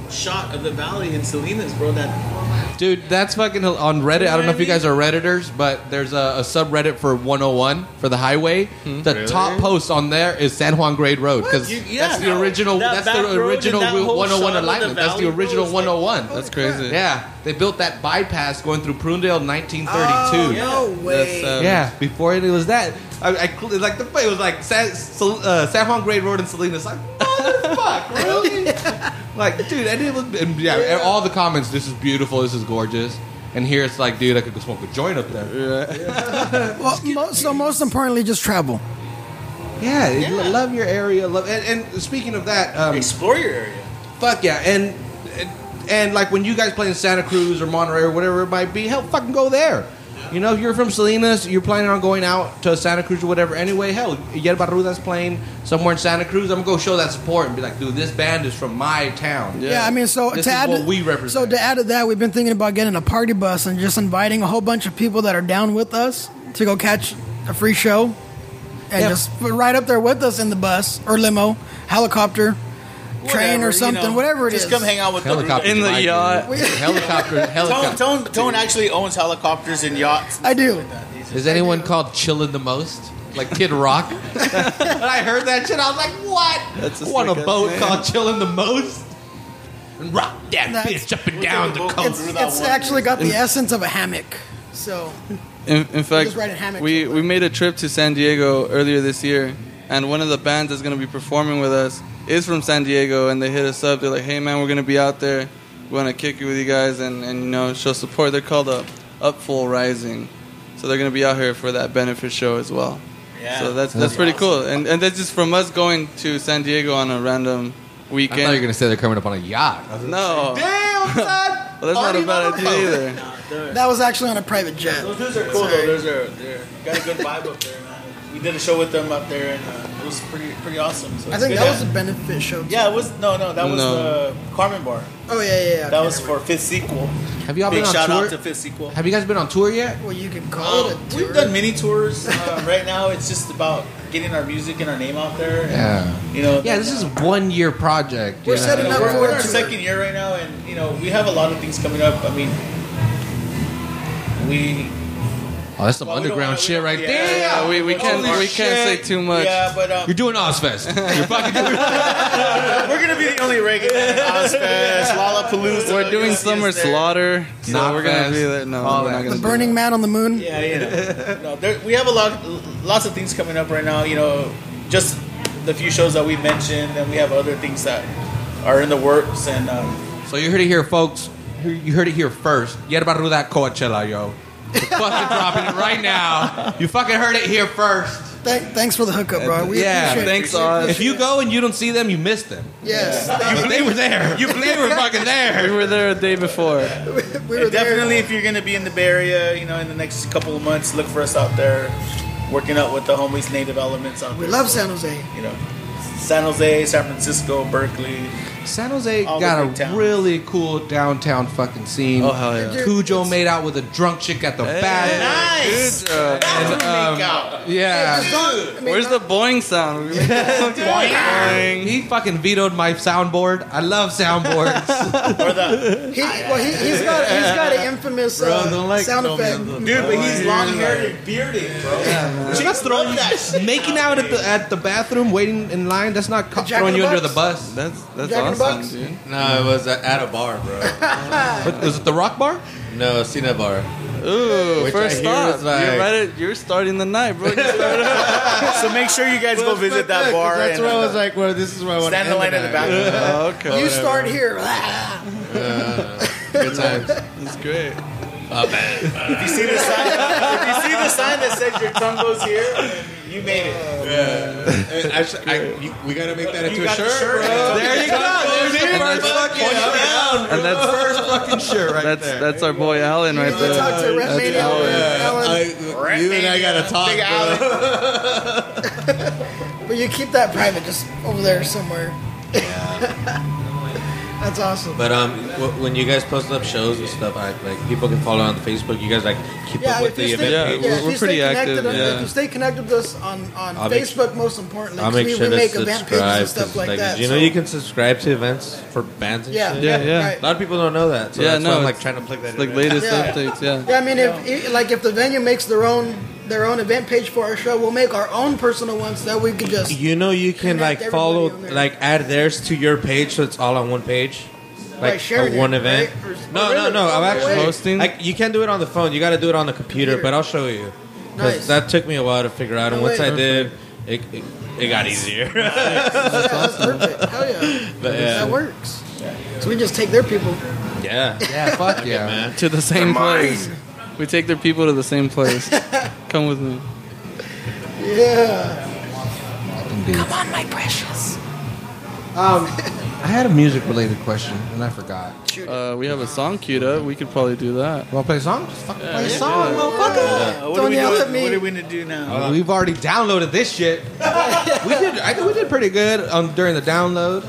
shot of the valley in Salinas, bro. That Dude, that's fucking hil- on Reddit. I don't know if you guys are Redditors, but there's a, a subreddit for 101 for the highway. The top post on there is San Juan Grade Road because You- that's yeah. the original. that's That back the road and original that Route whole 101 shot of the alignment. That's the valley, bro, original it's like- 101. That's crazy. yeah, they built that bypass going through Prunedale in 1932. Oh, No way. That's, uh, Yeah, before it was that. I, I cl- like the it was like San, Sol, uh, San Juan Grade Road and Salinas. Like, fuck, really? like, dude, and it was and yeah, and All the comments. This is beautiful. This is gorgeous. And here it's like, dude, I could go smoke a joint up there. Well, mo- so most importantly, just travel. Yeah, l- love your area. Love. And, and speaking of that, um, explore your area. fuck yeah, and, and and like when you guys play in Santa Cruz or Monterey or whatever it might be, hell, fucking go there. You know, if you're from Salinas, you're planning on going out to Santa Cruz or whatever. Anyway, hell, Yerba Ruda's playing somewhere in Santa Cruz. I'm gonna go show that support and be like, dude, this band is from my town. Yeah, I mean, so This to is add what we represent. So to add to that, we've been thinking about getting a party bus and just inviting a whole bunch of people that are down with us to go catch a free show, and Yeah. just put right up there with us in the bus or limo, helicopter, train Whatever, or you something, know, whatever it is. just come hang out with Helicopter In the my dude. yacht. Helicopter. The Tone, Helicopter. Tone, Tone actually owns helicopters and yachts. I do. Is anyone called chillin' the most? Like Kid Rock? when I heard that shit, I was like, what? That's a Want a sick-ass boat name. called chillin' the most? And rock that That's- bitch up and down the coast. It's, it's actually got the essence of a hammock. So In, in fact, just ride in hammocks we, over we made a trip to San Diego earlier this year, and one of the bands that's going to be performing with us is from San Diego, and they hit us up. They're like, "Hey, man, we're going to be out there. We want to kick it with you guys, and, and you know, show support." They're called up Up Full Rising, so they're going to be out here for that benefit show as well. Yeah. So that's that's pretty cool, and and that's just from us going to San Diego on a random I thought you were weekend. gonna say they're coming up on a yacht. no, well, Damn, son! that's not a bad idea either. that was actually on a private jet. Those dudes are cool though. Those are they're, got a good vibe up there, man. We did a show with them up there, and uh, it was pretty pretty awesome. So I it's think good that was a to- benefit show. too. yeah, it was no, no, that was No. the Carmen Bar. Oh yeah, yeah. yeah. That was for Fifth Sequel. Have y'all Big been on shout tour? out to Fifth Sequel. Have you guys been on tour yet? Well, you could call Um, it. A we've tour. done mini tours. Uh, right now, it's just about getting our music and our name out there. and, Yeah. You know. Yeah, this is a one year project. We're you know? setting You know, up we're, for we're in a our tour. second year right now, and you know we have a lot of things coming up. I mean, we Oh, that's some Well, we don't underground wanna- shit right yeah, there. Yeah, Oh, we, we can't Holy we can't say too much. yeah, but um, You're doing Ozfest. You're fucking doing We're gonna be the only reggae band in Ozfest, Lollapalooza. We're doing You'll see Summer us there. Slaughter. So Not we're gonna fast. be there. No, All we're that. not gonna The do Burning Man on the Moon. Yeah, yeah. No, there, we have a lot, lots of things coming up right now. You know, just the few shows that we mentioned, and we have other things that are in the works. And um, So you heard it here, folks. You heard it here first. Yerba Ruda Coachella, yo. We're fucking dropping it right now. You fucking heard it here first. Thank, thanks for the hookup, bro. We Yeah, appreciate thanks, it. Oz. If you go and you don't see them, you missed them. Yes, But they were there. You they were fucking that. there. We were there a day before. we were there. definitely, if you're gonna be in the Bay Area, you know, in the next couple of months, look for us out there. working out with the homies Native Elements out We there. love San Jose. You know, San Jose, San Francisco, Berkeley. San Jose All the got a big towns. really cool downtown fucking scene. Oh, hell yeah. Cujo made out with a drunk chick at the bathroom. Nice. And, um, yeah. Where's the boing sound? boing. He fucking vetoed my soundboard. I love soundboards. Or the, He, well, he, he's got he's got an infamous uh, sound effect. dude, but he's long haired and bearded, bro. Just throwing making out at the at the bathroom, waiting in line. That's not co- Jack in throwing the you under Box? the bus. That's that's Jack in the awesome, Box? dude. No, it was at- at a bar, bro. But was it the Rock Bar? No, Cena bar. Ooh, Which I first hear thought. is like- you're right. At, you're starting the night, bro. You started So make sure you guys go visit that bar. That's and, where I uh, was like, well, this is where I want to Stand in line at the back. oh, okay, You start here. ah, Good times. that's great. If you see the sign, if you see the sign that says your tongue goes here, you made it. I sh- I- you- we gotta make that into a shirt, bro. There you go. There's the first fucking And that's first fucking shirt right that's there. that's our boy Alan right Let's talk there. to Red Mania. Alan. I, you and I gotta talk, Big bro. Allen. But you keep that private, just over there somewhere. That's awesome. But um, w- when you guys post up shows and stuff, I, like people can follow on Facebook. You guys like keep yeah, up with if you the event. stay, Yeah, yeah, we're- if we're you pretty stay active, connected, on- yeah. If you stay connected with us on, on I'll make Facebook, most importantly, I'll 'cause make we, sure we to make event pages subscribe. and 'cause, stuff like, like, that. did you know so- you can subscribe to events for bands and yeah, shit? yeah, yeah. A Right. lot of people don't know that, so Yeah, that's no, why I'm like it's- trying to plug that It's in. like right latest Yeah. updates. Yeah. Yeah, I mean, if like if the venue makes their own their own event page for our show, we'll make our own personal ones that we could just. You know, you can like Connect everybody follow, on there. like add theirs to your page, so it's all on one page, By like sharing a one it, event. right? Or- no, oh, really? no, no, Oh, I'm no actually way. Hosting? Like you can't do it on the phone. You got to do it on the computer, but Computer. I'll show you. 'Cause Nice. That took me a while to figure out, and No once way. I did, it, it, it got easier. Yeah, that's perfect. Hell yeah, but that yeah, works. So we just take their people. yeah, yeah, fuck yeah. To the same place. We take their people to the same place. Come with me. Yeah, Um, I had a music related question and I forgot. Uh, we have a song queued up. We could probably do that. Want to play a song? Just fucking play a song, Uh, what, Don't are we yell doing- at me. what are we gonna do now? motherfucker. We've already downloaded this shit. we did. I think we did pretty good on during the download.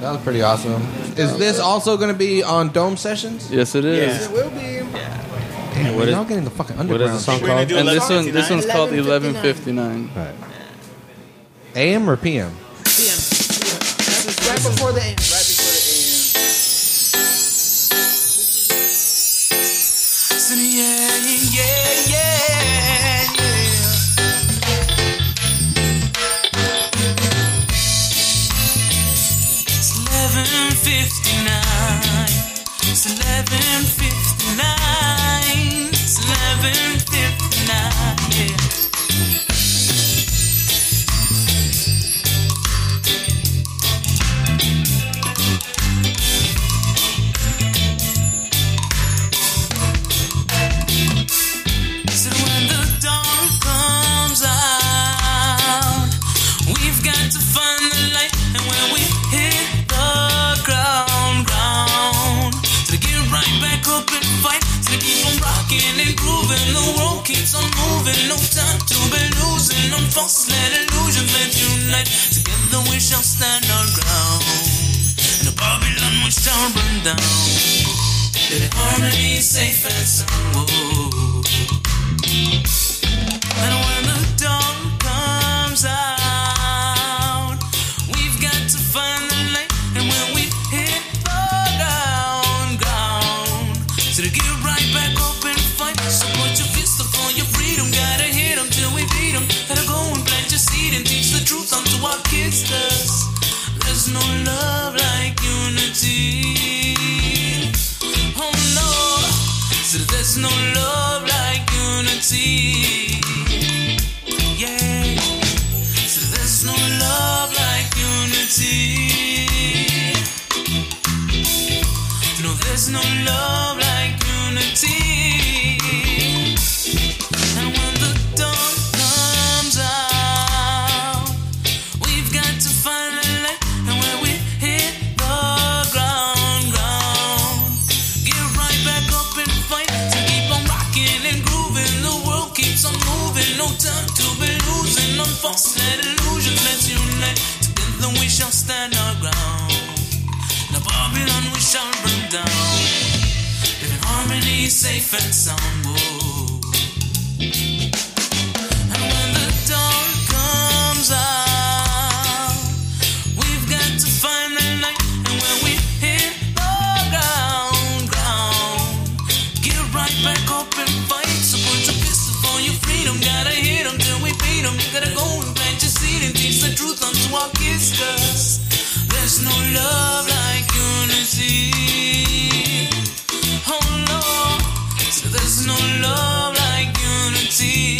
That was pretty awesome. Is this also going to be on Dome sessions? Yes, it is. it will be. Damn, What we're is- all getting the fucking What underground. is the song We're gonna called? do And this one, this 11:59. one's called 11:59. 1159. shit. AM or PM? PM. That's right before the end. Right Listen, yeah, yeah, yeah, yeah. It's 11.59. It's 11.59. It's 11.59, yeah. So when the dawn comes out, we've got to find the light. And when we hit the ground, ground, to get right back up and fight, to keep on rocking and grooving. The world keeps on moving, no time to be losing. On false let illusions that unite. Together we shall stand our ground. And the Babylon we shall burn down. Let harmony safe and sound. Whoa. And when the dawn comes out, we've got to find the light. And when we hit the ground, ground, so to get right back up and fight. So put your fist up for your freedom. Gotta hit 'em till we beat 'em. Gotta go and plant your seed and teach the truth unto our kids. 'cause there's no love like unity. Oh no, so there's no love like unity. Yeah, so there's no love like unity. No, there's no love like unity. And when the dawn comes out, we've got to find a light. And when we hit the ground, ground, get right back up and fight. To keep on rocking and grooving, the world keeps on moving. No time to false and illusions. Let's unite. Together we shall stand our ground. Now Babylon we shall bring down. Living harmony, safe and sound. Whoa. And when the dawn comes out, we've got to find the light. And when we hit the ground, ground, get right back up and fight. So put your pistol for your freedom. Gotta hit 'em till we beat 'em. You gotta go and plant your seed and teach the truth unto our kids. 'cause there's no love like unity. Oh Lord, so there's no love like unity.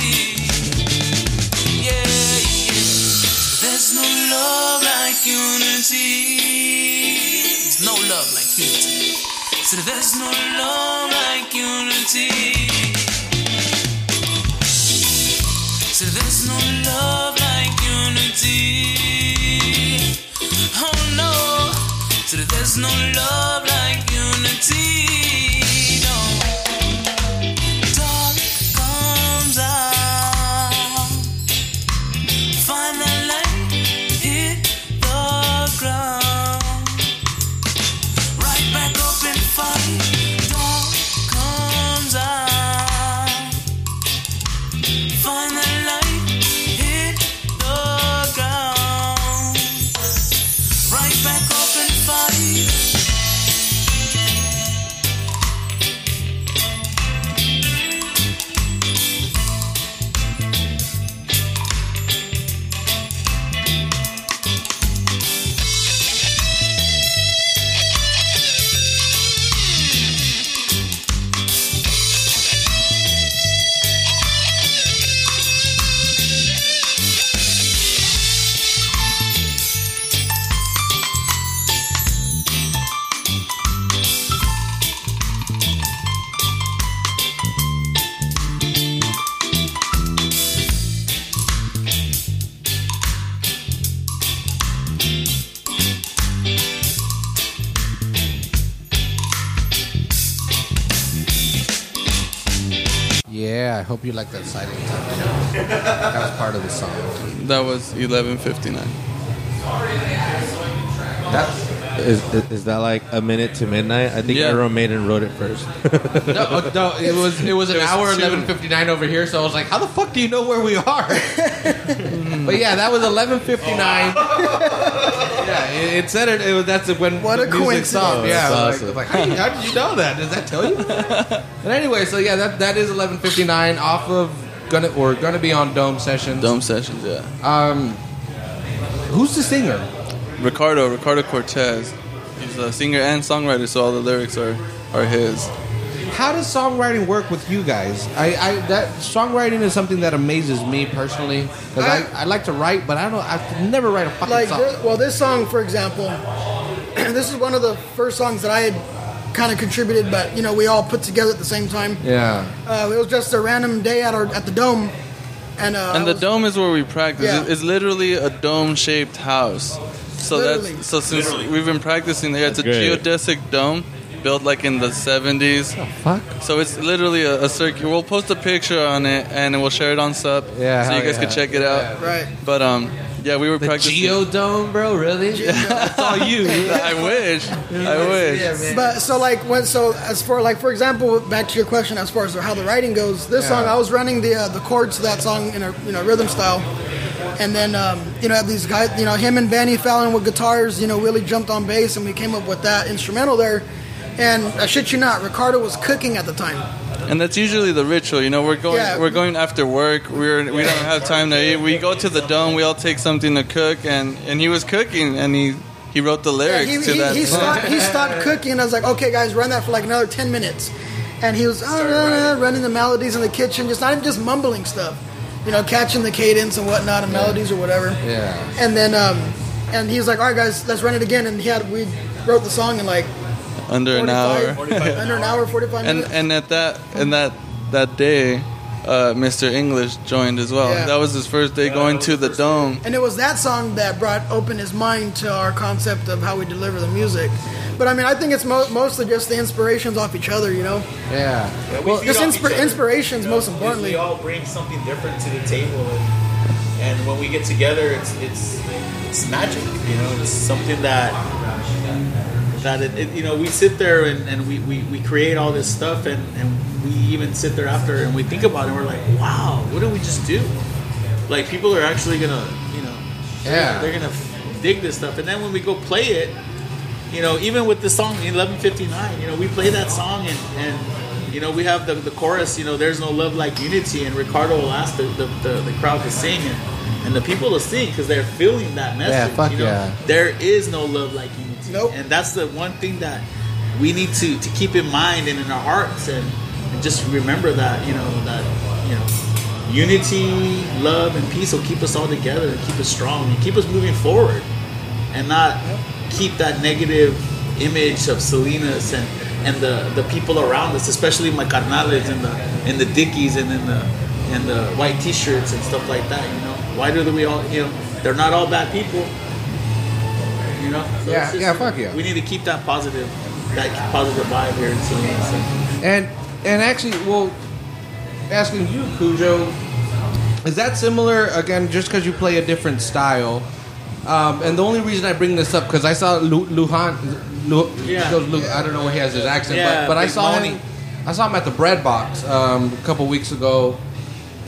Yeah, yeah. There's no love like unity. There's no love like unity. So there's no love like unity. So there's no love like unity. Oh no. So there's no love like unity. No. Dark comes out. Find that light, hit the ground. Right back up and fight. Dark comes out. Find that light, hit the ground. Right back up and fight. Yeah, I hope you like that silent touch. that was part of the song. That was 11:59. That, Is, is, is that like a minute to midnight? I think Yeah. Iron Maiden wrote it first. no, uh, no, it was it was an It was hour two. eleven fifty nine over here. So I was like, how the fuck do you know where we are? but yeah, that was eleven fifty nine. Yeah, it, it said it. it was, that's when What the a music coincidence. Oh, stopped. Yeah, I was That's like, like, how, did- how did you know that? Does that tell you? but anyway, so yeah, that that is eleven fifty nine off of gonna or gonna be on Dome Sessions. Dome sessions, yeah. Um, who's the singer? Ricardo, Ricardo Cortez. He's a singer and songwriter, so all the lyrics are, are his. How does songwriting work with you guys? I, I that songwriting is something that amazes me personally because I, I, like to write, but I don't. I could never write a fucking like song. thi- well this song for example this is one of the first songs that i had kind of contributed but you know we all put together at the same time yeah, uh, it was just a random day at our at the dome and uh I And the was- dome is where we practice. Yeah. It- It's literally a dome-shaped house. So Literally. that's so since we've been practicing there, it's a great. geodesic dome built like in the 70s. fuck. So it's literally a, a circuit. We'll post a picture on it and we'll share it on sub. Yeah, so you hell guys yeah. can check it out. right But um, yeah, we were The practicing. Geodome, bro, really? That's all you. I wish. I wish. but so like when so as for like for example back to your question as far as how the writing goes this song i was running the uh, the chords to that song in a you know rhythm style and then um, you know have these guys you know him and Vanny Fallon with guitars you know Willie jumped on bass and we came up with that instrumental there and I shit you not Ricardo was cooking at the time And that's usually the ritual, you know. We're going, Yeah. we're going after work. We're we don't have time to eat. We go to the dome. We all take something to cook, and and he was cooking, and he he wrote the Yeah, lyrics he, to he, that. he song. stopped, he stopped cooking, and I was like, okay, guys, run that for like another 10 minutes. And he was uh, uh, running the melodies in the kitchen, just not even just mumbling stuff, you know, catching the cadence and whatnot, and melodies or whatever. Yeah. And then, um, and he was like, all right, guys, let's run it again. And he had, we wrote the song in like under an hour. 45 under an hour, 45 and minutes. and at that and that that day, uh, Mr. English joined as well. Yeah. That was his first day going to the dome. And it was that song that brought open his mind to our concept of how we deliver the music. But I mean, I think it's mo- mostly just the inspirations off each other, you know? Yeah, Yeah, we Well, feed just off each inspir- other, inspirations, most because importantly. we all bring something different to the table, and, and when we get together, it's it's it's magic. You know, it's something that that it, it- you know we sit there and, and we, we we create all this stuff and and we even sit there after and we think about it. and We're like, wow, what did we just do? Like people are actually gonna you know Yeah. they're gonna f- dig this stuff. And then when we go play it, you know, even with the song 1159, you know, we play that song and, and you know, we have the, the chorus, you know, there's no love like unity. And Ricardo will ask the, the, the, the crowd to sing and, and the people to sing because they're feeling that message. fuck you know, yeah. There is no love like unity. Nope. And that's the one thing that we need to, to keep in mind and in our hearts and, and just remember that, you know, that, you know, unity, love, and peace will keep us all together and keep us strong and keep us moving forward and not keep that negative image of Salinas and, and the, the people around us, especially my carnales in the in the dickies and in the and the white t-shirts and stuff like that, you know. Why do we all you know they're not all bad people. You know? So Yeah, it's yeah, fuck yeah. We need to keep that positive that positive vibe here in Salinas. And and actually, well, asking you, Cujo, is that similar again? Just because you play a different style, um, and the only reason I bring this up because I saw Lu- Luhan. Lu- Yeah. he goes Lu- I don't know what he has his accent, Yeah, but, but I Big saw Money. him. I saw him at the Bread Box um, a couple weeks ago,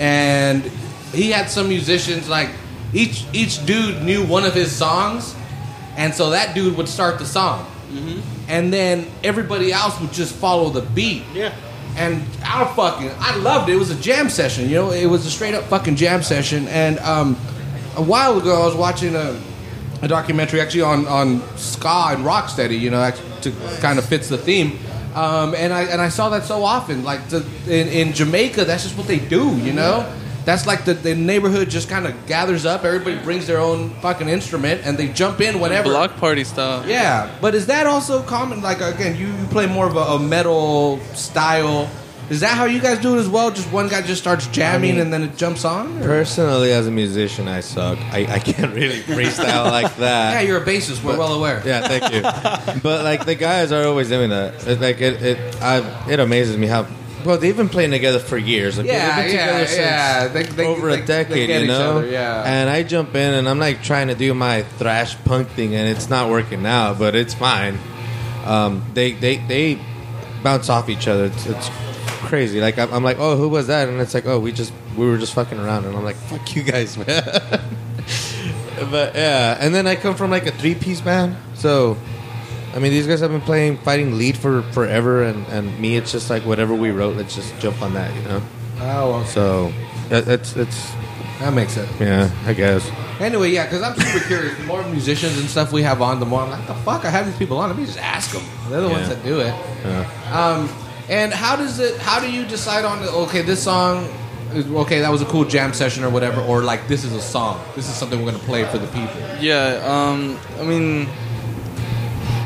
and he had some musicians like each each dude knew one of his songs, and so that dude would start the song, and then everybody else would just follow the beat. Yeah. And I fucking, I loved it. It was a jam session, you know. It was a straight up fucking jam session. And um, a while ago, I was watching a, a documentary actually on, on ska and rocksteady, you know, act- to kind of fits the theme. Um, and I and I saw that so often, like the, in, in Jamaica, that's just what they do, you know. That's like the, the neighborhood just kind of gathers up. Everybody brings their own fucking instrument, and they jump in whenever. Block party style. Yeah, but is that also common? Like again, you, you play more of a, a metal style. Is that how you guys do it as well? Just one guy just starts jamming and then it jumps on. Or? Personally, as a musician, I suck. I, I can't really freestyle like that. Yeah, you're a bassist. We're well aware. Yeah, thank you. but like the guys are always doing that. It, like it, it, I, it amazes me how. Well, they've been playing together for years. Like, they've Yeah, been yeah, together since yeah. They- they- over they- a they decade, get you each know. other, yeah. And I jump in and I'm like trying to do my thrash punk thing, and it's not working now, but it's fine. Um, they, they, they bounce off each other. It's, it's crazy. Like I'm, I'm like, oh, who was that? And it's like, oh, we just we were just fucking around, and I'm like, fuck you guys, man. But yeah, and then I come from like a three piece band, so I mean these guys have been playing fighting lead for forever, and and me it's just like whatever we wrote, let's just jump on that, you know. Oh, So that, that's it's that makes sense. yeah, I guess. Anyway, yeah, because I'm super curious. The more musicians and stuff we have on, the more I'm like, the fuck, I have these people on. Let me just ask them. They're the ones Yeah. that do it. Um, and how does it? How do you decide on? the- Okay, this song. Is, okay, that was a cool jam session or whatever. Or like, this is a song. This is something we're gonna play for the people. Yeah, um, I mean,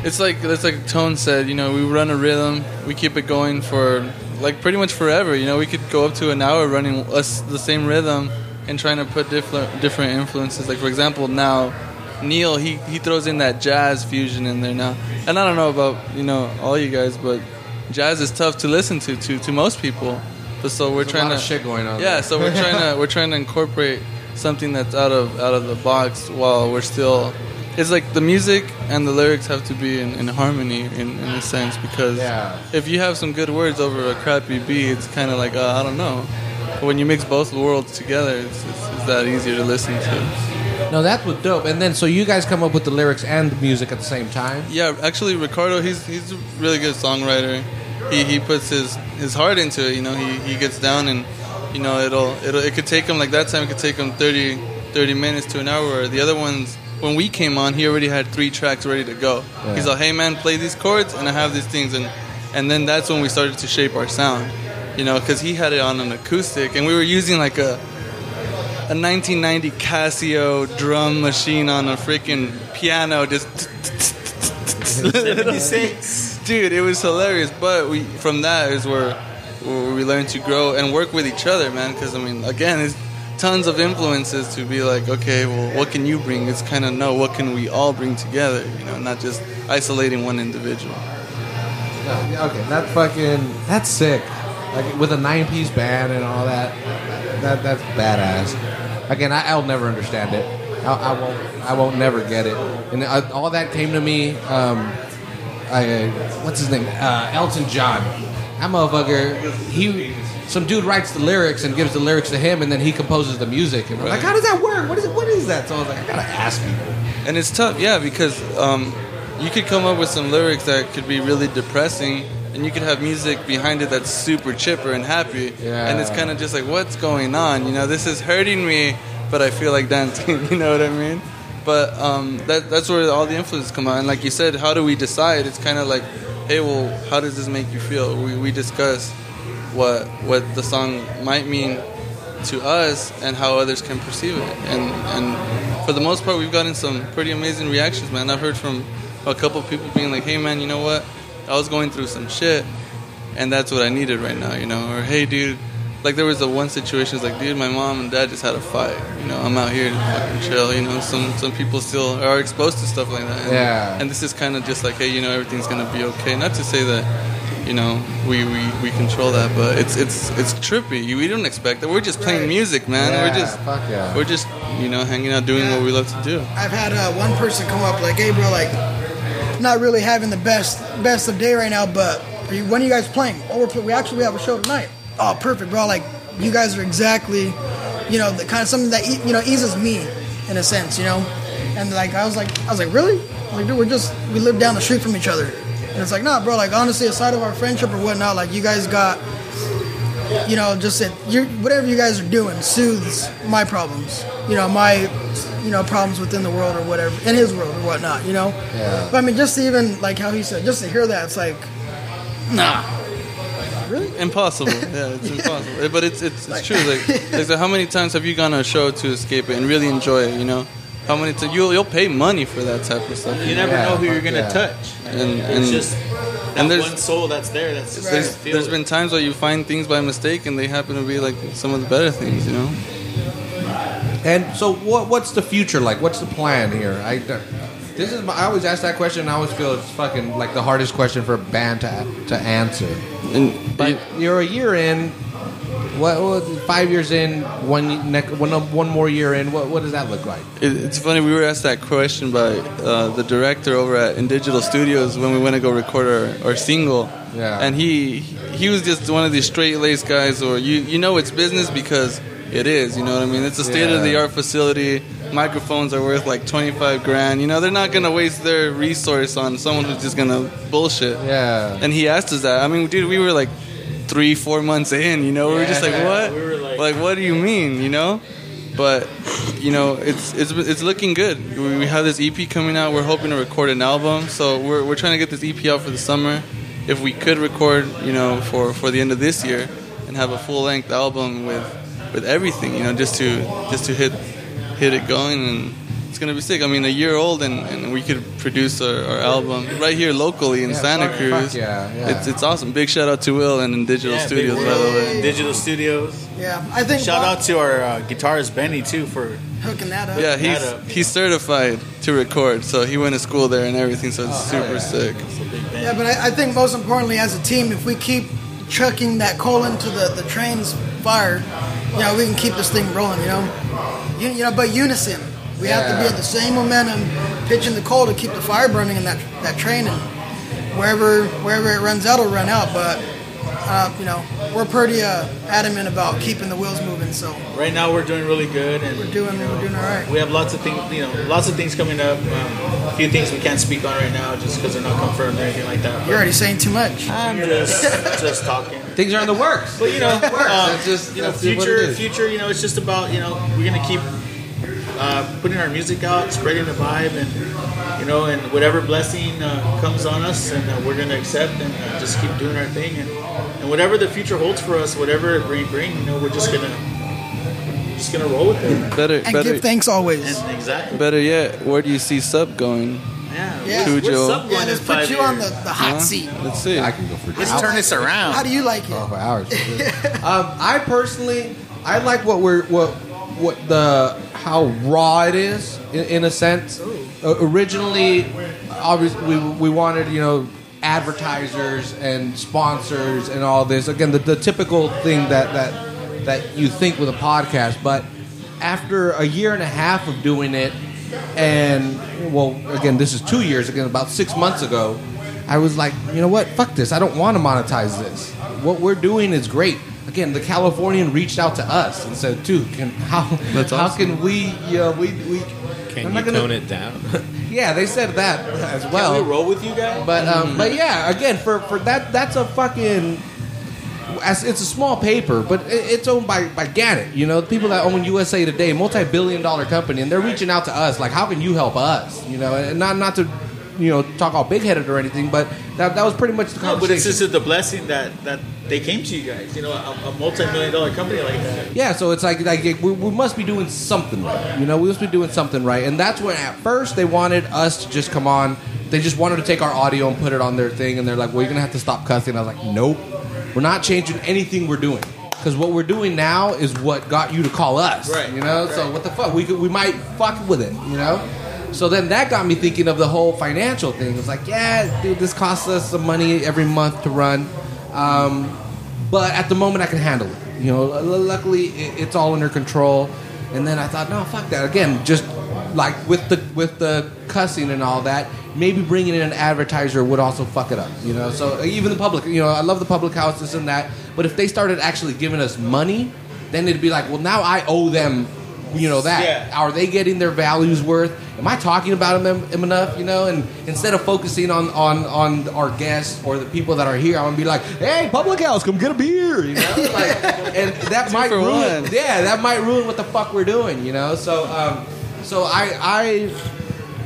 it's like it's like Tone said. You know, we run a rhythm, we keep it going for like pretty much forever. You know, we could go up to an hour running us the same rhythm and trying to put different different influences. Like for example, now Neil he he throws in that jazz fusion in there now, and I don't know about you know all you guys, but jazz is tough to listen to to to most people. But so we're There's a trying lot to of shit going on Yeah, there. so we're trying to we're trying to incorporate something that's out of out of the box while we're still. It's like the music and the lyrics have to be in, in harmony in, in a sense because Yeah. if you have some good words over a crappy beat, it's kind of like uh, I don't know. But when you mix both worlds together, it's, it's, it's that easier to listen to. No, that's what dope. And then so you guys come up with the lyrics and the music at the same time. Yeah, actually, Ricardo, he's he's a really good songwriter. He he puts his his heart into it. You know, he he gets down and you know it'll it'll it could take him like that time. It could take him 30, 30 minutes to an hour. The other ones, when we came on, he already had three tracks ready to go. He's like, hey man, play these chords, and I have these things, and and then that's when we started to shape our sound. You know, because he had it on an acoustic, and we were using like a a 1990 Casio drum machine on a freaking piano, just dude it was hilarious but we from that is where, where we learned to grow and work with each other man because i mean again it's tons of influences to be like okay well what can you bring it's kind of no what can we all bring together you know not just isolating one individual Yeah, yeah, Okay, that fucking that's sick. Like with a nine piece band and all that. That that's badass. Again, I, I'll never understand it. I, I won't. I won't never get it. And I, all that came to me. Um, I, what's his name? Uh, Elton John. That motherfucker. He. Some dude writes the lyrics and gives the lyrics to him, and then he composes the music. And I'm like, how does that work? What is what is that? So I was like, I gotta ask people. And it's tough, yeah, because um, you could come up with some lyrics that could be really depressing, and you could have music behind it that's super chipper and happy. Yeah. And it's kind of just like, what's going on? You know, this is hurting me, but I feel like dancing. You know what I mean? But um, that, that's where all the influences come out. And like you said, how do we decide? It's kind of like, hey, well, how does this make you feel? We, we discuss what what the song might mean to us and how others can perceive it. And and for the most part, we've gotten some pretty amazing reactions, man. I've heard from a couple people being like, "Hey, man, you know what? I was going through some shit, and that's what I needed right now," you know. Or, "Hey, dude." Like there was the one situation, it's like, dude, my mom and dad just had a fight. You know, I'm out here to fucking chill. You know, some some people still are exposed to stuff like that. And, Yeah. And this is kind of just like, hey, you know, everything's gonna be okay. Not to say that, you know, we, we, we control that, but it's it's it's trippy. You, we don't expect it. We're just playing music, man. Yeah, we're just fuck yeah. we're just you know hanging out doing what we love to do. I've had uh, one person come up like, "Hey, bro, like, not really having the best best of day right now, but are you, when are you guys playing? Oh, we're, pl- we actually we have a show tonight. Oh, perfect, bro. Like, you guys are exactly, you know, the kind of something that e- you know eases me in a sense, you know. And like, I was like, I was like, really? I was like, dude, we're just we live down the street from each other. And it's like, nah, bro. Like, honestly, aside of our friendship or whatnot, like, you guys got, you know, just it. You whatever you guys are doing soothes my problems. You know, my, you know, problems within the world or whatever, in his world or whatnot. You know. Yeah. But I mean, just to even like how he said, just to hear that, it's like, Impossible. Yeah, it's impossible. But it's it's, it's true. Like, like so how many times have you gone on a show to escape it and really enjoy it? You know, how many times you'll you'll pay money for that type of stuff. You never Yeah, know who you're fuck gonna yeah. touch. And- it's and- just that and there's- one soul that's there. That's just There's, gonna feel there's it. been times where you find things by mistake and they happen to be like some of the better things. You know. And so, what what's the future like? What's the plan here? I uh, this is my, I always ask that question. and I always feel it's fucking like the hardest question for a band to to answer. And But you're a year in. What, what five years in? One neck, one one more year in. What what does that look like? It, it's funny. We were asked that question by uh, the director over at In Digital Studios when we went to go record our, our single. Yeah. And he he was just one of these straight laced guys, or you you know it's business because it is. You know what I mean? It's a state of the art facility. Microphones are worth like twenty five grand. You know they're not gonna waste their resource on someone who's just gonna bullshit. Yeah. And he asked us that. I mean, dude, we were like three, four months in, you know, we were just like, what? we were like- what do you mean, you know? But you know, it's it's it's looking good. We we have this EP coming out. We're hoping to record an album, so we're we're trying to get this EP out for the summer. If we could record, you know, for for the end of this year, and have a full length album with with everything, you know, just to just to hit hit it going and. It's gonna be sick. I mean, a year old, and, and we could produce our, our album right here locally in Yeah, Santa fuck- Cruz. fuck yeah, yeah. It's, it's awesome. Big shout out to Will and Digital Yeah, Studios, big by the way. Digital Studios. yeah. I think Shout Bob out to our uh, guitarist Benny too for hooking that up. Yeah, That up. he's he's certified to record, so he went to school there and everything. So it's Oh, super sick. Yeah, but I, I think most importantly, as a team, if we keep chucking that coal into the, the train's fire, you know, we can keep this thing rolling, you know? You, you know, but unison. We have to be Yeah. at the same momentum, pitching the coal to keep the fire burning in that, that train. And wherever, wherever it runs out, it'll run out. But, uh, you know, we're pretty uh, adamant about keeping the wheels moving, so right now we're doing really good and we're doing, we're doing all right. we have lots of things you know lots of things coming up. Um, a few things we can't speak on right now just because they're not confirmed or anything like that. You're already saying too much. I'm just just talking. Things are in the works. But you know, um, That's just- you know, that's what it future, is. future. You know, it's just about you know we're gonna keep uh, putting our music out, spreading the vibe, and you know, and whatever blessing uh, comes on us, and uh, we're gonna accept and uh, just keep doing our thing, and, and whatever the future holds for us, whatever it bring, bring, you know, we're just gonna just gonna roll with it. Better, And better, give thanks always. And exactly. better yet, where do you see Sub going? Yeah. Yeah. Where's Cujo. Sub Yeah, going in let's put five you on the, years? the hot Huh? seat. Let's see. I can go for Let's turn this around. How do you like it? Oh, for hours. for sure. um, I personally, I like what we're what what the how raw it is in, in a sense. Uh, originally, obviously, we, we wanted you know advertisers and sponsors and all this. Again, the, the typical thing that that that you think with a podcast, but after a year and a half of doing it, and well, again, this is two years again, about six months ago, I was like, you know what? Fuck this. I don't want to monetize this. What we're doing is great. Again, the Californian reached out to us and said, "Dude, can, how how can we? You know, we we Can I'm you not gonna- tone it down? Yeah, they said that as well. Can we roll with you guys? But um, but yeah, again, for for that that's a fucking. as- It's a small paper, but it- it's owned by, by Gannett. You know, the people that own USA Today, multi-billion-dollar company, and they're reaching out to us. Like, how can you help us? You know, and not not to, you know, talk all big-headed or anything, but that, that was pretty much the No, but it's conversation. just the blessing that, that they came to you guys. You know, a, a multi-million dollar company like that. Yeah, so it's like, like we, we must be doing something right. You know, we must be doing something right. And that's when at first they wanted us to just come on. They just wanted to take our audio and put it on their thing. And they're like, well, you're going to have to stop cussing. I was like, nope. We're not changing anything we're doing. Because what we're doing now is what got you to call us. Right, You know, so what the fuck? We, could, we might fuck with it, you know? So then that got me thinking of the whole financial thing. It's like, yeah, dude, this costs us some money every month to run. Um, but at the moment I can handle it. You know, l- luckily it, it's all under control. And then I thought, no, fuck that. Again, just like with the with the cussing and all that, maybe bringing in an advertiser would also fuck it up. You know, so even the public. You know, I love the public house this and that, but if they started actually giving us money, then it'd be like, well, now I owe them. You know that. Yeah. Are they getting their values worth? Am I talking about them, them enough? You know, and instead of focusing on on on our guests or the people that are here, I'm gonna be like, hey, public house, come get a beer. You know, like, and that might for ruin. one. Yeah, that might ruin what the fuck we're doing. You know, so um, so I I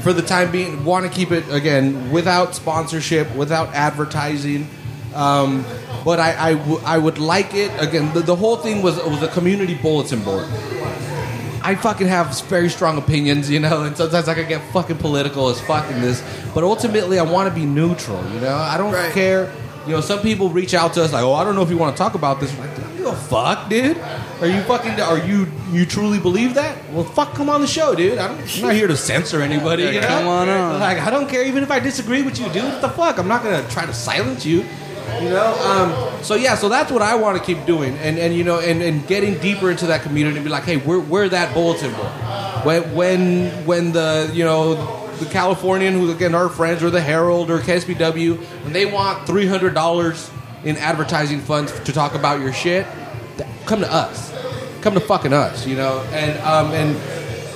for the time being want to keep it again without sponsorship without advertising um, but I I, w- I would like it again the, the whole thing was was a community bulletin board I fucking have very strong opinions, you know, and sometimes I can get fucking political as fuck in this. But ultimately, I want to be neutral, you know. I don't Right. care. You know, some people reach out to us like, "Oh, I don't know if you want to talk about this." We're like, "Don't give a fuck, dude. Are you fucking? Are you you truly believe that? Well, fuck, come on the show, dude. I don't, I'm not here to censor anybody. you know? come on on. Like, I don't care even if I disagree with you, dude. What the fuck? I'm not gonna try to silence you. You know, um, so yeah, so that's what I want to keep doing, and and you know, and, and getting deeper into that community and be like, hey, we're, we're that bulletin board. When when when the you know the Californian, who again our friends, or the Herald or KSBW, when they want three hundred dollars in advertising funds to talk about your shit, th- come to us, come to fucking us, you know, and um and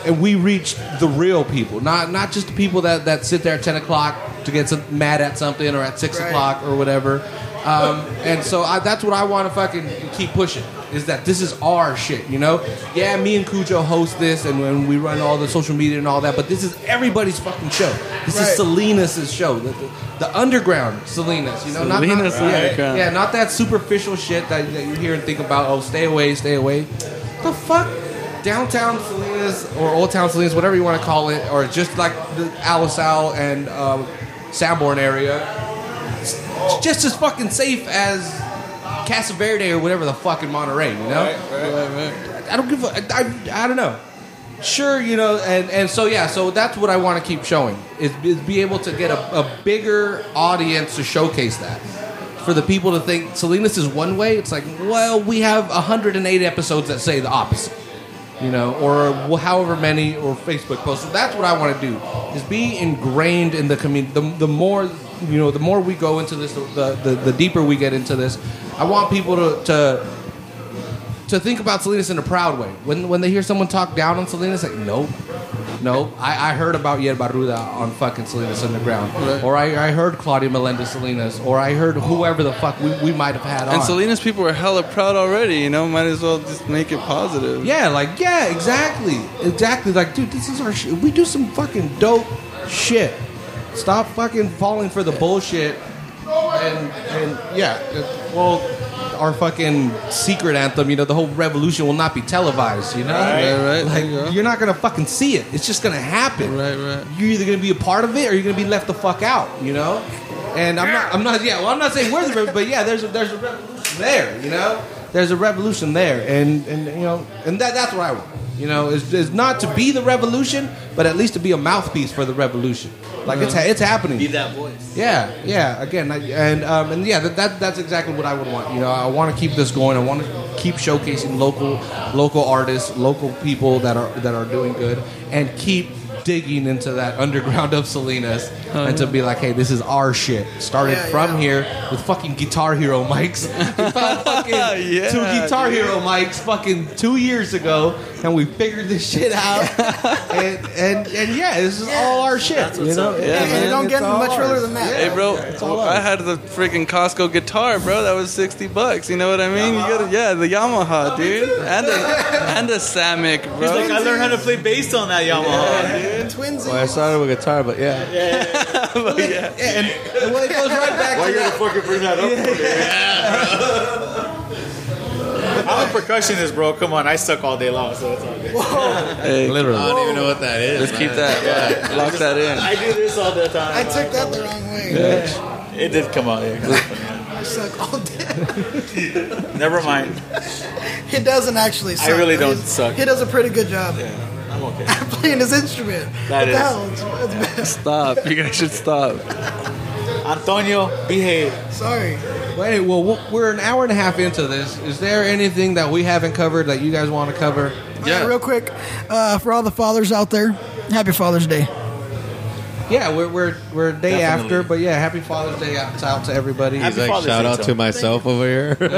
and we reach the real people, not not just the people that, that sit there at ten o'clock to get some, mad at something or at six Right. o'clock or whatever. Um, and so I, that's what I want to fucking keep pushing is that this is our shit, you know? Yeah, me and Cujo host this, and when we run all the social media and all that, but this is everybody's fucking show. This is Right. Salinas' show, the, the, the underground Salinas, you know? Not- Salinas not, yeah, underground. yeah, not that superficial shit that, that you hear and think about. Oh, stay away, stay away. The fuck, downtown Salinas or old town Salinas, whatever you want to call it, or just like the Alisal and um, Sanborn area, it's just as fucking safe as Casa Verde or whatever the fuck in Monterey. You know, I don't give. A, I, I don't know. Sure, you know, and, and so yeah, so that's what I want to keep showing is, is be able to get a, a bigger audience to showcase that for the people to think Salinas is one way. It's like, well, we have 108 episodes that say the opposite, you know, or however many or Facebook posts. So that's what I want to do is be ingrained in the community. The, the more you know, the more we go into this, the, the the deeper we get into this. I want people to, to to think about Salinas in a proud way. When when they hear someone talk down on Salinas, like nope. nope. I, I heard about Yer Barruda on fucking Salinas Underground. Or I, I heard Claudia Melendez Salinas. Or I heard whoever the fuck we, we might have had on. And Salinas people are hella proud already, you know. Might as well just make it positive. Yeah, like yeah, exactly, exactly. Like, dude, this is our shit. We do some fucking dope shit. Stop fucking falling for the bullshit. And and yeah, it- well, our fucking secret anthem. You know, the whole revolution will not be televised. You know, Right, right, Like, there you go. you're not gonna fucking see it. It's just gonna happen. Right, right. You're either gonna be a part of it or you're gonna be left the fuck out. You know. And I'm not. I'm not. Yeah. Well, I'm not saying we're the. rev- But yeah, there's a, there's a revolution there. You know. There's a revolution there, and and you know, and that that's what I want. You You know, is, is not to be the revolution, but at least to be a mouthpiece for the revolution. Like it's ha- it's happening. Be that voice. Yeah, yeah. Again, I, and um, and yeah, that, that that's exactly what I would want. You know, I want to keep this going. I want to keep showcasing local local artists, local people that are that are doing good, and keep digging into that underground of Salinas, and to be like, hey, this is our shit. Started Yeah, from yeah. here with fucking Guitar Hero mics. We found fucking Yeah, two Guitar Hero mics fucking two years ago, and we figured this shit out. and, and and yeah, this is all our shit. you know, Yeah, you don't get It's all much further ours. than that. Hey, bro, all I us. had the freaking Costco guitar, bro. That was 60 bucks. You know what I mean? You got Yeah, the Oh, Yamaha, dude. And a, and a Samick, bro. Like I learned how to play bass on that Yamaha. Twins. I started with guitar, but yeah. Well, it goes right back to that. fucking bring that up? I'm a percussionist, bro. Come on, I suck all day long, so it's all good. I don't even know what that is. Just keep man. that. Yeah, lock that in. I do this all the time. I took that the wrong way. It did come out. Yeah. I suck all day. Never mind. He doesn't actually suck. really but don't he's- suck. He does a pretty good job I'm okay. playing his instrument. That what the is- hell? It's, it's bad. Stop. You guys should stop. Antonio, behave. Sorry. Wait, well, we're- we're an hour and a half into this. Is there anything that we haven't covered that you guys want to cover? Yeah. real quick, uh, for all the fathers out there, happy Father's Day. Yeah, we're we're, we're a day Definitely. after, but yeah, happy Father's Day out, out to everybody. He's Happy like, Father's shout Day, out Tom. to myself over here. Thank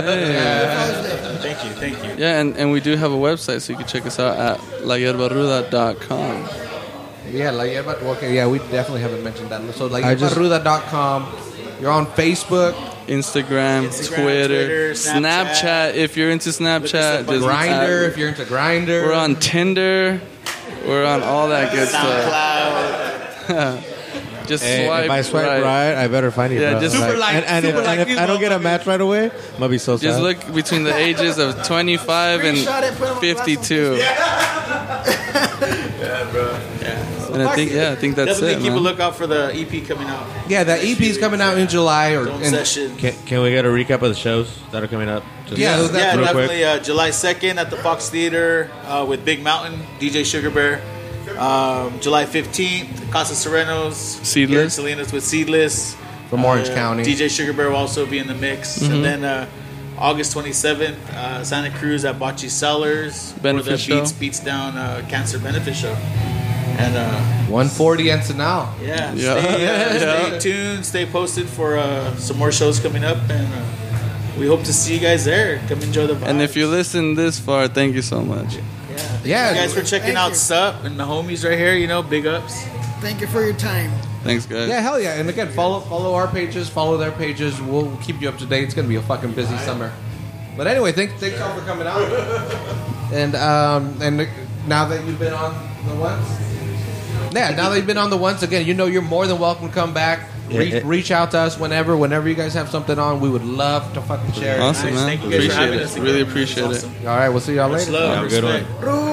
you, thank you. Yeah, and, and we do have a website, so you can check us out at layerbaruda.com. Yeah, like yeah, but okay, yeah, we definitely haven't mentioned that. So like I just- yebaruda.com. You're on Facebook. Instagram, Instagram, Twitter, Twitter, Snapchat. Snapchat. If you're into Look us Snapchat, up on just Grinder, add- if you're into Grinder. We're on Tinder. We're on all that good stuff. SoundCloud. Just And swipe, if I swipe right. I better find you. Yeah, bro. just super like- and, and super if, like and you if I don't get a match right away, I'm gonna be so sad. Just look between the ages of 25 Screenshot it, put it on and the 52. yeah, bro. Yeah. And I think yeah, I think that's Definitely it, keep a man. lookout for the EP coming out. Yeah, that EP is coming out in July or Dome in, session. Can, can we get a recap of the shows that are coming up? Just Yeah, real that- yeah, quick. definitely. Uh, July 2nd at the Fox Theater uh, with Big Mountain, DJ Sugar Bear. Um, July 15th, Casa Serenos. Seedless. here in Salinas with Seedless. From Orange Uh, County. DJ Sugar Bear will also be in the mix. And then uh, August 27th, uh, Santa Cruz at Bocce Sellers. for the Benefit show. Beats Beats Down uh, Cancer Benefit Show. And uh, 140 Ensenal. Yeah. yeah, Stay, uh, Yeah. stay tuned, stay posted for uh, some more shows coming up. And uh, we hope to see you guys there. Come enjoy the vibe. And if you listen this far, thank you so much. Yeah. Yeah. Thank you guys for checking Thank out you. Sup and the homies right here. You know, big ups. Thank you for your time. Thanks, guys. Yeah, hell yeah! And again, follow follow our pages, follow their pages. We'll keep you up to date. It's gonna be a fucking busy summer. But anyway, thanks thanks all for coming out. And um and now that you've been on the once, yeah, now that you've been on the once again, you know you're more than welcome to come back. Yeah. Reach, reach out to us whenever whenever you guys have something on. We would love to fucking share. it. Awesome, Nice. man. Thank you guys for Appreciate having it. us. Really again, man. This is appreciate it. awesome. All right, we'll see y'all Much later. love. Have a good respect. one. Ruda.